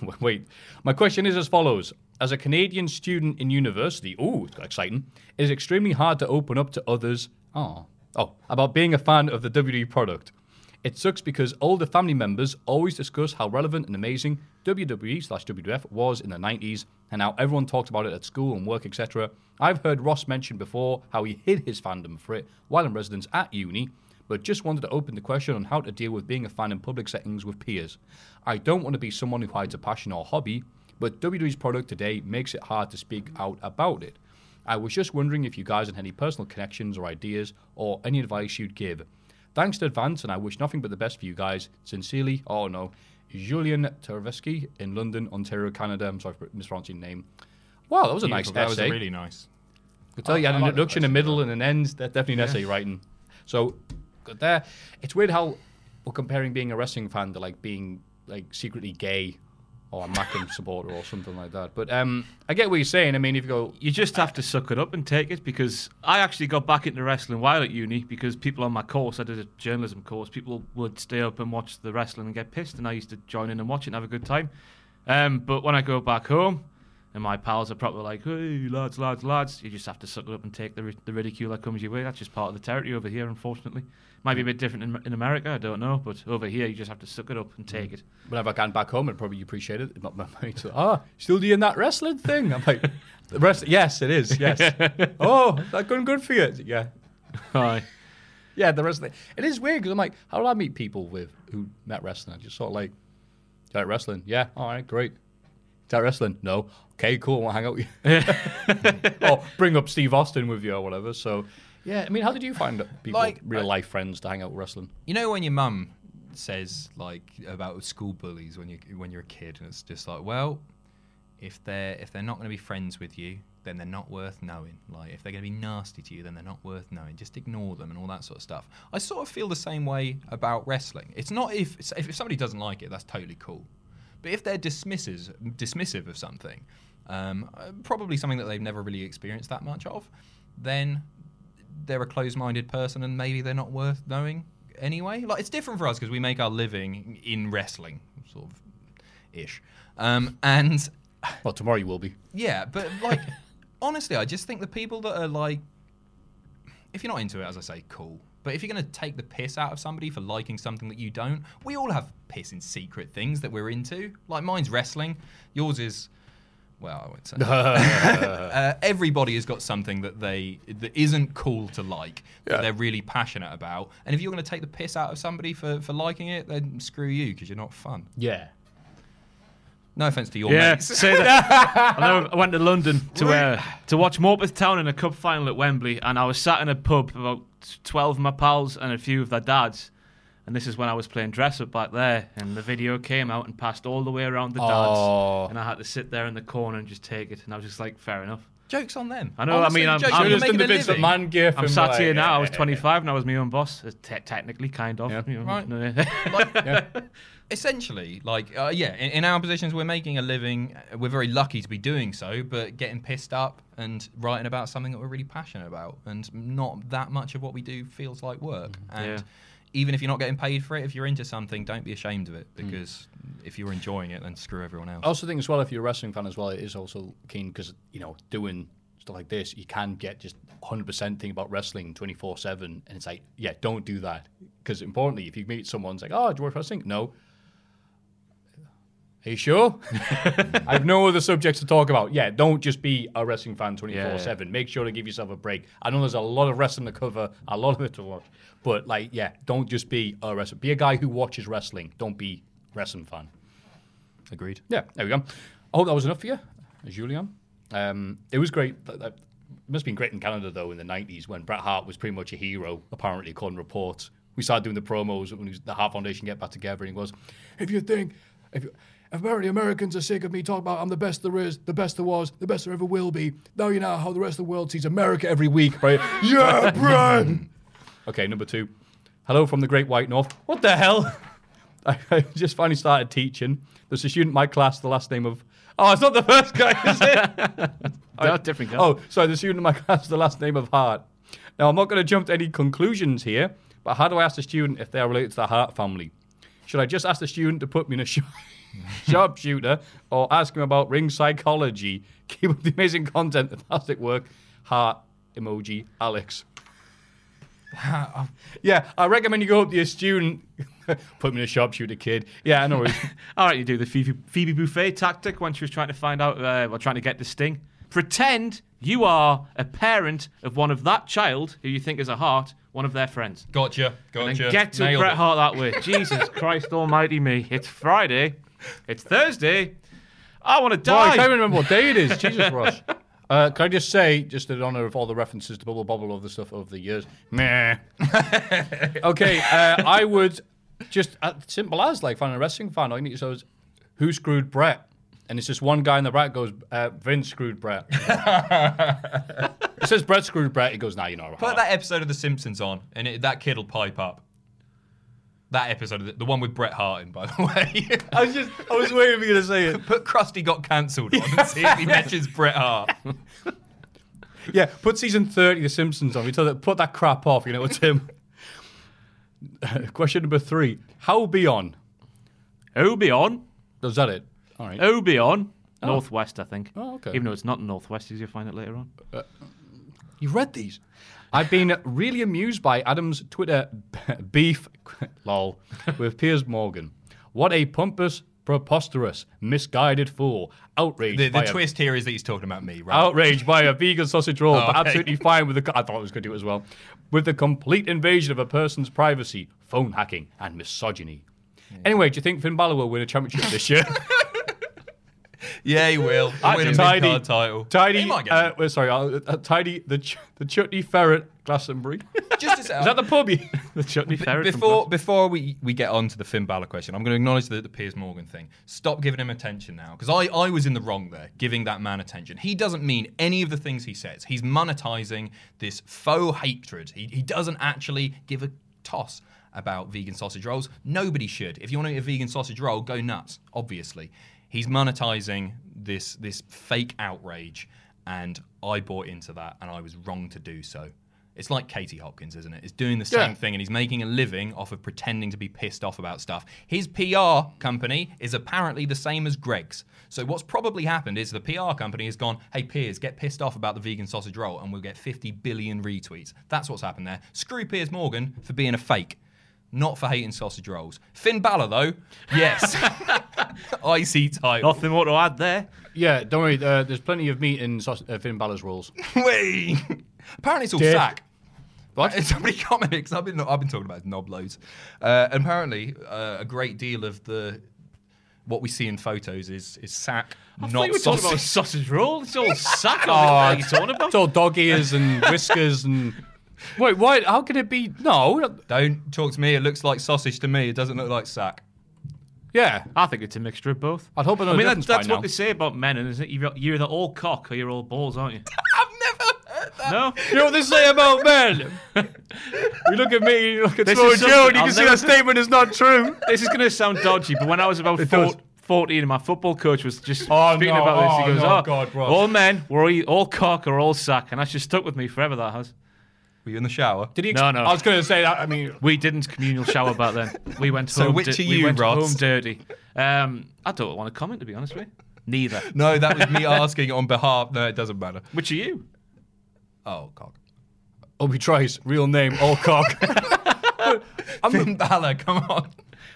S3: Wait. My question is as follows. As a Canadian student in university, ooh, it's got exciting, it is extremely hard to open up to others oh, oh, about being a fan of the WWE product. It sucks because older family members always discuss how relevant and amazing WWE slash WWF was in the 90s and how everyone talked about it at school and work, etc. I've heard Ross mention before how he hid his fandom for it while in residence at uni, but just wanted to open the question on how to deal with being a fan in public settings with peers. I don't want to be someone who hides a passion or hobby, but WWE's product today makes it hard to speak out about it. I was just wondering if you guys had any personal connections or ideas or any advice you'd give. Thanks in advance, and I wish nothing but the best for you guys. Sincerely, oh no, Julian Terveski in London, Ontario, Canada. I'm sorry for mispronouncing your name. Wow, that was a nice
S4: That was
S3: essay.
S4: really nice.
S3: I tell you, had an introduction, a middle, and an end. That's definitely an essay writing. So, good there. It's weird how we're comparing being a wrestling fan to like being like secretly gay or a Mackin supporter or something like that. But um, I get what you're saying. I mean, if you go,
S5: You just have to suck it up and take it because I actually got back into wrestling while at uni because people on my course, I did a journalism course, people would stay up and watch the wrestling and get pissed, and I used to join in and watch it and have a good time. Um, but when I go back home, and my pals are probably like, hey, lads, lads, lads, you just have to suck it up and take the, ri- the ridicule that comes your way. That's just part of the territory over here, unfortunately. Might be a bit different in, in America, I don't know, but over here, you just have to suck it up and take it.
S3: whenever I can back home, and probably appreciate it. My, my mates are, ah, still doing that wrestling thing. I'm like, the rest, yes, it is. Yes. oh, that going good for you. Yeah.
S5: Aye.
S3: Yeah, the wrestling. It is weird because I'm like, how do I meet people with who met wrestling? I just sort of like, is that wrestling? Yeah. All right, great. Is that wrestling? No. Okay, cool. We'll hang out with you. or bring up Steve Austin with you or whatever. So, yeah, I mean, how did you find people,
S4: Like,
S3: real life friends to hang out with wrestling?
S4: You know when your mum says like about school bullies when you when you're a kid, and it's just like, well, if they're if they're not going to be friends with you, then they're not worth knowing. Like if they're going to be nasty to you, then they're not worth knowing. Just ignore them and all that sort of stuff. I sort of feel the same way about wrestling. It's not if if somebody doesn't like it, that's totally cool. But if they're dismisses, dismissive of something, um, uh, probably something that they've never really experienced that much of, then they're a closed-minded person and maybe they're not worth knowing anyway. Like it's different for us because we make our living in wrestling, sort of ish. Um, and
S3: Well, tomorrow you will be.
S4: yeah, but like honestly, I just think the people that are like if you're not into it, as I say, cool. But if you're going to take the piss out of somebody for liking something that you don't, we all have piss in secret things that we're into. Like mine's wrestling, yours is well, I won't say. uh, everybody has got something that they that isn't cool to like that they're really passionate about. And if you're going to take the piss out of somebody for for liking it, then screw you because you're not fun.
S3: Yeah.
S4: No offense to your
S5: Yeah,
S4: mates.
S5: say that. I, know I went to London to uh, to watch Morpeth Town in a cup final at Wembley, and I was sat in a pub with about twelve of my pals and a few of their dads. And this is when I was playing dress up back there, and the video came out and passed all the way around the dads,
S3: Oh.
S5: and I had to sit there in the corner and just take it. And I was just like, fair enough.
S4: Jokes on them.
S5: I know, I mean, I'm-
S4: jokes
S5: I'm
S4: on
S5: just
S4: making
S5: in the
S4: a
S5: bits that
S4: living.
S3: Man gif.
S5: I'm
S3: and
S5: sat
S3: like-
S5: here now. I was 25 and I was my own boss, uh, te- technically, kind of.
S3: Yeah.
S5: you know.
S4: Right. Like, Essentially, like, uh, yeah, in, in our positions, we're making a living. Uh, We're very lucky to be doing so, but getting pissed up and writing about something that we're really passionate about, and not that much of what we do feels like work. And
S5: Mm-hmm. Yeah. Mm.
S4: even if you're not getting paid for it, if you're into something, don't be ashamed of it, because if you're enjoying it, then screw everyone
S5: Oh.
S4: else.
S3: I also think as well, if you're a wrestling fan as well, it is also keen because you know doing stuff like this, you can get just 100 percent thing about wrestling 24 seven, and it's like, yeah, don't do that because importantly, if you meet someone's like, oh, do you watch wrestling? No. Are you sure? I have no other subjects to talk about. Yeah, don't just be a wrestling fan 24 7. Make sure to give yourself a break. I know there's a lot of wrestling to cover, a lot of it to watch, but like, yeah, don't just be a wrestler. Be a guy who watches wrestling. Don't be wrestling fan.
S4: Agreed.
S3: Yeah, there we go. I hope that was enough for you, Julian. Um, it was great. That- that- It must have been great in Canada, though, in the 90s when Bret Hart was pretty much a hero, apparently, according to reports. We started doing the promos when he was- the Hart Foundation get back together, and he goes, If you think, if you, apparently Americans are sick of me talking about I'm the best there is, the best there was, the best there ever will be. Now you know how the rest of the world sees America every week, right? yeah, Bret! Okay, number two. Hello from the Great White North. What the hell? I, I just finally started teaching. There's a student in my class, the last name of. Oh, it's not the first guy, is it?
S5: That's different. guy.
S3: oh, sorry, the student in my class, the last name of Hart. Now, I'm not going to jump to any conclusions here, but how do I ask the student if they are related to the Hart family? Should I just ask the student to put me in a sh- sharpshooter or ask him about ring psychology? Keep up the amazing content, fantastic work. Heart emoji, Alex. Yeah, I recommend you go up to your student. Put me in a sharpshooter, kid. Yeah, I know.
S5: All right, you do the Phoebe, Phoebe Buffet tactic when she was trying to find out, uh, well, trying to get the sting. Pretend you are a parent of one of that child who you think is a heart, one of their friends.
S4: Gotcha. Gotcha.
S5: And get to
S4: Nailed
S5: Bret
S4: it.
S5: Hart that way. Jesus Christ Almighty me! It's Friday. It's Thursday. I want to
S3: Well, Oh, I
S5: die.
S3: can't remember what day it is. Jesus, Ross. Uh, can I just say, just in honor of all the references to Bubble Bobble, all the stuff over the years? Meh. okay, uh, I would just uh, simple as like finding a wrestling fan. All you need to say is, "Who screwed Brett?" And it's just one guy in the back goes, uh, "Vince screwed Brett." it says Brett screwed Brett. He goes, "Nah, you know."
S4: Put that episode of The Simpsons on, and it, that kid'll pipe up. That episode, of the, the one with Bret Hart in, by the way. I was just, I was waiting for you to say it. Put Krusty got cancelled on and see if he mentions Bret Hart.
S3: Yeah, put season 30 of The Simpsons on. We tell that put that crap off, you know, Tim. Question number three. How beyond?
S5: Obion.
S3: Does that it? All right.
S5: Obion. Northwest, I think.
S3: Oh, okay.
S5: Even though it's not Northwest, as you'll find out later on.
S3: You read these. I've been really amused by Adam's Twitter beef, lol, with Piers Morgan. What a pompous, preposterous, misguided fool. Outraged
S4: The, the
S3: by a-
S4: twist here is that he's talking about me, right?
S3: outraged by a vegan sausage roll, but
S4: okay.
S3: absolutely fine with the. co- I thought I was going to do it as well. With the complete invasion of a person's privacy, phone hacking, and misogyny. Anyway, do you think Finn Balor will win a championship this year?
S4: Yeah, he will. He'll Win a mid
S3: tidy,
S4: card title. He
S3: tidy.
S4: might get
S3: Uh, well, sorry, I'll- uh, tidy the ch- the chutney ferret Glastonbury.
S4: it. Just to say,
S3: Is that the pubby? the chutney
S5: Ferret from
S4: before before we, we get on to the Finn Balor question, I'm going to acknowledge the, the Piers Morgan thing. Stop giving him attention now, because I, I was in the wrong there, giving that man attention. He doesn't mean any of the things he says. He's monetizing this faux hatred. He, he doesn't actually give a toss about vegan sausage rolls. Nobody should. If you want to eat a vegan sausage roll, go nuts, obviously. He's monetizing this, this fake outrage, and I bought into that, and I was wrong to do so. It's like Katie Hopkins, isn't it? It's doing the
S3: Yeah.
S4: same thing and he's making a living off of pretending to be pissed off about stuff. His PR company is apparently the same as Greg's. So what's probably happened is the PR company has gone, hey Piers, get pissed off about the vegan sausage roll and we'll get 50 billion retweets. That's what's happened there. Screw Piers Morgan for being a fake. Not for hating sausage rolls. Finn Balor though, yes. Icy title.
S5: Nothing more to add there.
S3: Yeah, don't worry. Uh, there's plenty of meat in saus- uh, Finn Balor's rolls.
S4: Wait. Apparently it's all
S3: Dick.
S4: sack. What? Somebody commented because I've been I've been talking about knob loads. Uh, and apparently, uh, a great deal of the what we see in photos is is sack,
S5: I thought
S4: not
S5: you were talking about
S4: sausage.
S5: sausage Oh, roll. It's all sack on it. What are you talking about?
S3: Oh, It's all dog ears and whiskers and. Wait, why? How could it be? No.
S4: Don't talk to me. It looks like sausage to me. It doesn't look like sack.
S3: Yeah.
S5: I think it's a mixture of both.
S3: I'd hope I know
S5: I mean,
S3: the difference
S5: that's, that's
S3: by
S5: what
S3: now.
S5: they say about men, isn't it? You're, you're either all cock or you're all balls, aren't you?
S4: I've never heard that.
S5: No?
S3: You know what they say about men? you look at me, you look at
S5: This
S3: Samoa
S5: is something
S3: Joe, and you
S5: I'll
S3: can see
S5: never-
S3: that statement is not true.
S5: this is going to sound dodgy, but when I was about
S3: It
S5: four,
S3: does.
S5: 14, my football coach was just
S3: Oh,
S5: speaking
S3: no.
S5: about this.
S3: Oh,
S5: He goes,
S3: no,
S5: oh,
S3: God, Ross."
S5: all men, were e- all cock or all sack. And that's just stuck with me forever, that has.
S4: Were you in the shower?
S3: Did he?
S5: No, no.
S3: I was going to say that. I mean,
S5: We didn't communal shower back then. We went
S4: So
S5: home,
S4: which
S5: di-
S4: are
S5: we
S4: you,
S5: went
S4: Ross?
S5: home dirty. Um, I don't want to comment, to be honest with you. Neither.
S4: No, that was me asking on behalf. No, it doesn't matter.
S5: Which are you?
S4: Oh, cock.
S3: Obi Trice, real name, all cock.
S4: Finn Balor, come on.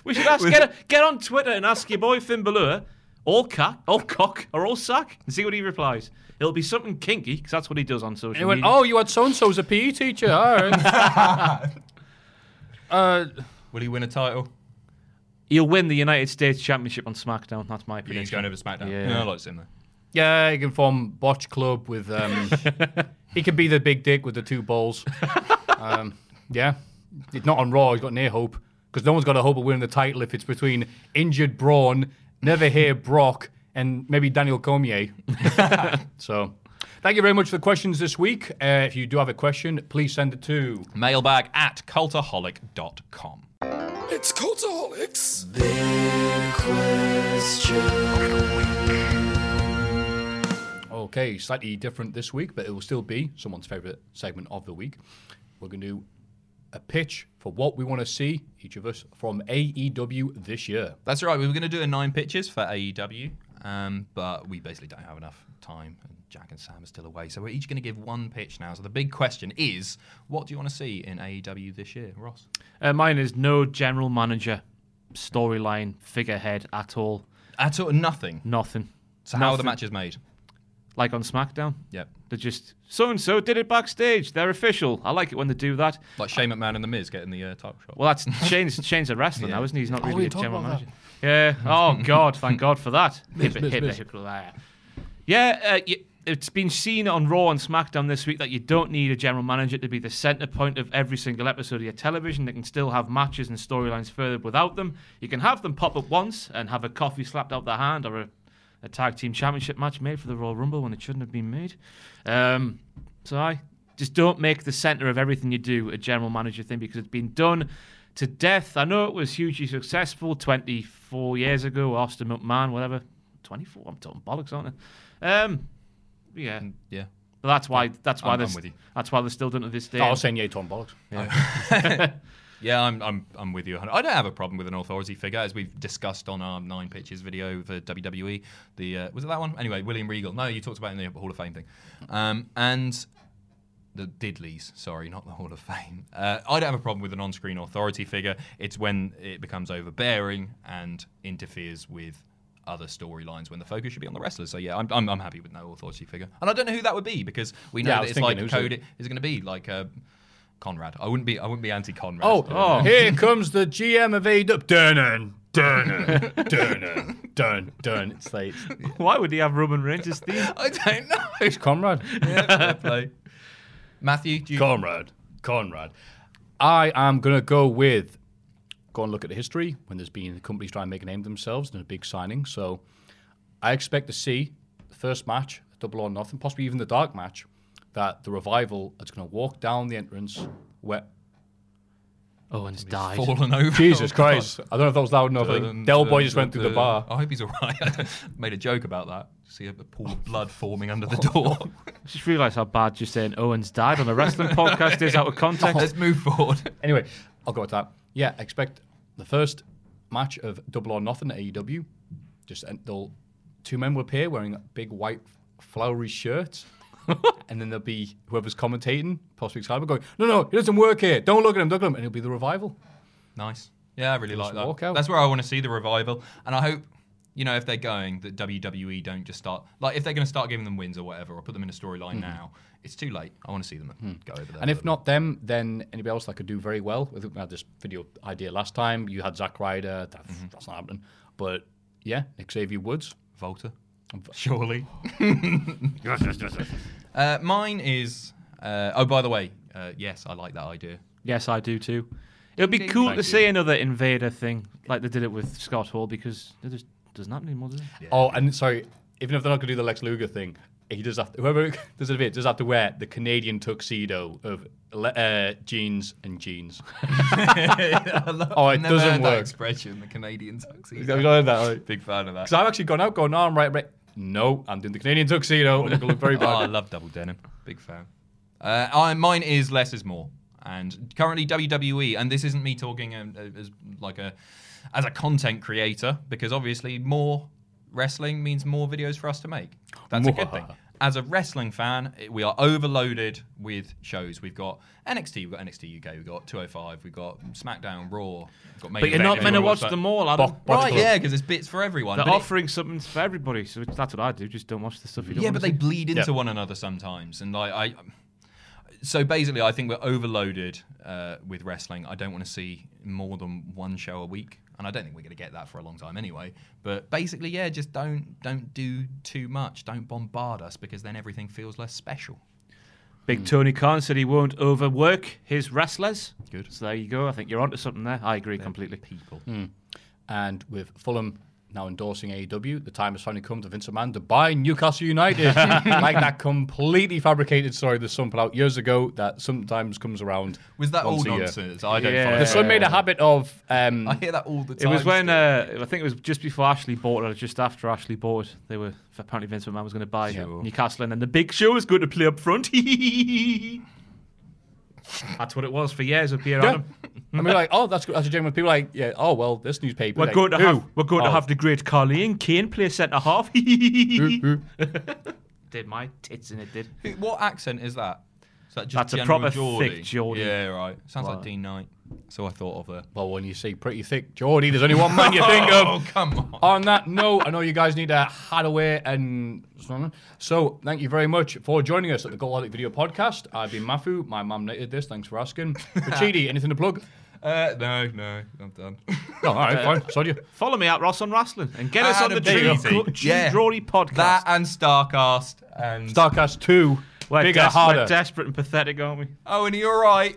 S5: We should ask. Get, get on Twitter and ask your boy Finn Balor, all cock, all cock, or all sack, and see what he replies. It'll be something kinky because that's what he does on social
S3: he went,
S5: media.
S3: "Oh, you had so and so's a PE teacher. All right. uh,
S4: Will he win a title?
S5: He'll win the United States Championship on SmackDown. That's my
S4: He's
S5: prediction.
S4: going over SmackDown.
S5: Yeah.
S4: No, I like him there.
S3: yeah, he can form botch club with. Um, he can be the big dick with the two balls. Um, yeah, it's not on Raw. He's got near hope because no one's got a hope of winning the title if it's between injured Braun, never here Brock, and maybe Daniel Cormier. so. Thank you very much for the questions this week. Uh, if you do have a question, please send it to
S4: Mailbag at cultaholic.com.
S6: It's Cultaholics.
S3: Okay, slightly different this week, but it will still be someone's favourite segment of the week. We're going to do a pitch for what we want to see, each of us, from AEW this year.
S4: That's right. We were going to do a nine pitches for AEW, um, but we basically don't have enough time, and Jack and Sam are still away. So we're each going to give one pitch now. So the big question is, what do you want to see in AEW this year, Ross?
S5: Uh, mine is no general manager, storyline, figurehead at all.
S4: At all, nothing.
S5: Nothing.
S4: So how are the
S5: Nothing.
S4: matches made?
S5: like on SmackDown.
S4: Yep.
S5: They're just so and so did it backstage. They're official. I like it when they do that.
S4: Like Shane McMahon and the Miz getting the uh, title shot.
S5: Well, that's Shane's Shane's a wrestler now, isn't he? He's not really
S3: we
S5: a
S3: talked
S5: general
S3: about
S5: manager. Yeah. Oh God, thank God for that. Hip- hip- hip- Yeah, uh, y- it's been seen on Raw and SmackDown this week that you don't need a general manager to be the center point of every single episode of your television. They can still have matches and storylines furthered without them. You can have them pop up once and have a coffee slapped out their hand or a, a tag team championship match made for the Royal Rumble when it shouldn't have been made. Um, so I just don't make the center of everything you do a general manager thing because it's been done to death. I know it was hugely successful 24 years ago, Austin McMahon, whatever. 24. I'm talking bollocks, aren't I? Um, yeah,
S4: Mm. yeah.
S5: but that's why. That's why.
S4: I'm-
S5: they're
S4: I'm with
S5: st-
S4: you.
S5: That's why they're still done to this day.
S3: I was saying, yeah, Oh, Tom Bollocks.
S4: Yeah, I'm, I'm, I'm with you. 100. I don't have a problem with an authority figure, as we've discussed on our nine pitches video for WWE. The uh, was it that one? Anyway, William Regal. No, you talked about it in the Hall of Fame thing, um, and the Didleys. Sorry, not the Hall of Fame. Uh, I don't have a problem with an on-screen authority figure. It's when it becomes overbearing and interferes with other storylines when the focus should be on the wrestlers. So yeah, I'm, I'm, I'm happy with no authority figure, and I don't know who that would be because we know
S3: Yeah, I
S4: that
S3: was
S4: it's
S3: thinking,
S4: like
S3: who's
S4: Cody
S3: it?
S4: is going to be like. Uh, Conrad, I wouldn't be. I wouldn't be anti-Conrad.
S3: Oh,
S4: Uh,
S3: here comes the GM of E AW. Dun, dun, dun, dun, dun. It's like,
S5: why would he have Roman Reigns as theme?
S4: I don't
S3: it's Conrad.
S4: know. Play. Matthew, do you
S3: Conrad. Conrad. I am going to go with go and look at the history when there's been companies trying to make a name for themselves and a big signing. So I expect to see the first match, double or nothing, possibly even the dark match, that the revival is going to walk down the entrance where.
S4: Oh,
S5: Owens died.
S4: fallen over?
S3: Jesus
S4: Oh,
S3: Christ. I don't know if that was loud enough.
S4: God.
S3: I think
S4: Dun,
S3: Del Boy
S4: dun,
S3: just went
S4: dun,
S3: through the
S4: dun.
S3: bar.
S4: I hope he's all right. I made a joke about that. See a pool of blood forming under the
S3: Oh,
S4: door.
S5: Just realised how bad just saying Owens died on a wrestling podcast is out of context.
S4: Let's move forward.
S3: Anyway, I'll go with that. Yeah, expect the first match of Double or Nothing at AEW. Just and they'll two men will appear wearing big white flowery shirts. and then there'll be whoever's commentating, possibly Excalibur, going, No, no, it doesn't work here. Don't look at him, don't look at him. And it'll be the revival.
S4: Nice. Yeah, I really like that.
S3: walk out.
S4: That's where I want to see the revival. And I hope, you know, if they're going, that WWE don't just start, like, if they're going to start giving them wins or whatever, or put them in a storyline now, it's too late. I want to see them go over there.
S3: Hmm. And if not them, then anybody else that could do very well. I think we had this video idea last time. You had Zack Ryder. That, That's not happening. But yeah, Xavier Woods.
S4: Volta. Surely. uh, mine is. Uh, oh, by the way, uh, yes, I like that idea.
S5: yes, I do too. It would be cool to see another Invader thing like they did it with Scott Hall because it just doesn't happen anymore, does it?
S3: Oh, and sorry, even if they're not going to do the Lex Luger thing, he does have to, whoever does it, does have to wear the Canadian tuxedo of le- uh, jeans and jeans. oh, it
S4: Never
S3: doesn't
S4: heard that
S3: work.
S4: expression, the Canadian tuxedo.
S3: Have you heard that? Like,
S4: Big fan of that.
S3: 'cause I've actually gone out, going, no, I'm right, right. No, I'm doing the Canadian tuxedo. and It'll look very
S4: Oh, I
S3: bad.
S4: love double denim. Big fan. Uh, I, mine is less is more. And currently WWE, and this isn't me talking um, uh, as like a as a content creator because obviously more wrestling means more videos for us to make. That's a good thing. As a wrestling fan, it- we are overloaded with shows. We've got NXT, we've got NXT UK, we've got 205, we've got SmackDown, Raw. We've got
S5: But you're not meant to watch them all, Adam.
S4: right? Yeah, because it's bits for everyone.
S5: They're
S4: but it-
S5: offering something for everybody, so that's what I do. Just don't watch the stuff you don't
S4: yeah,
S5: wanna
S4: but they
S5: see.
S4: bleed into one another sometimes, and like I. So basically, I think we're overloaded uh, with wrestling. I don't want to see more than one show a week, and I don't think we're going to get that for a long time anyway. But basically, yeah, just don't don't do too much. Don't bombard us because then everything feels less special.
S5: Big Tony Khan said he won't overwork his wrestlers.
S4: Good.
S5: So there you go. I think you're onto something there. I agree completely.
S4: People.
S5: Hmm.
S3: And with Fulham now endorsing AEW, the time has finally come to Vince McMahon to buy Newcastle United. like that completely fabricated story the Sun put out years ago that sometimes comes around.
S4: Was that all
S3: once a year.
S4: nonsense? I don't.
S5: Yeah.
S4: follow
S3: The Sun made a habit of um,
S4: I hear that all the
S5: It
S4: time.
S5: was when
S4: still.
S5: uh, I think it was just before Ashley bought it, or just after Ashley bought it. They were apparently Vince McMahon was going to buy Newcastle, and then the Big Show was going to play up front. That's what it was for years up here, Adam.
S3: And we're like, oh, that's good. That's a genuine. People are like, yeah, oh, well, this newspaper.
S5: We're
S3: like,
S5: going to
S3: who?
S5: have we're going to
S3: Oh.
S5: have the great Carleen Kane play centre half. did my tits and it did.
S4: Who- what accent is that? Is that just
S5: That's a
S4: General
S5: proper
S4: Geordie?
S5: thick Geordie.
S4: Yeah, right. Sounds like Dean Knight. So I thought of her.
S7: Well, when you say pretty thick Geordie, there's only one man you think of.
S4: Oh, come on.
S7: On that note, I know you guys need a Hadaway and something. so thank you very much for joining us at the Galactic Video Podcast. I've been Mafu. My mum knitted this. Thanks for asking. Rachidi, anything to plug?
S4: Uh, no, no, I'm done.
S7: No, all right,
S5: Uh,
S7: fine. Sorry.
S5: Follow me at Ross on Wrestling and get us
S4: I
S5: on
S4: had
S5: the
S4: a
S5: Drew,
S4: baby.
S5: Gro- Drew
S4: Yeah.
S5: Drury podcast.
S4: that and Starcast and
S7: Starcast 2.
S5: we're,
S7: bigger,
S5: des- we're
S7: harder.
S5: desperate and pathetic, aren't we?
S4: Oh, and you're right.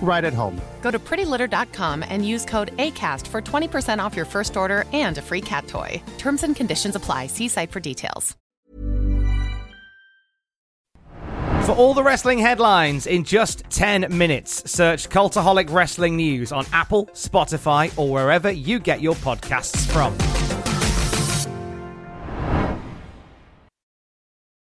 S3: right at home.
S8: Go to prettylitter.com and use code ACAST for 20% off your first order and a free cat toy. Terms and conditions apply. See site for details.
S2: For all the wrestling headlines in just 10 minutes, search Cultaholic Wrestling News on Apple, Spotify, or wherever you get your podcasts from.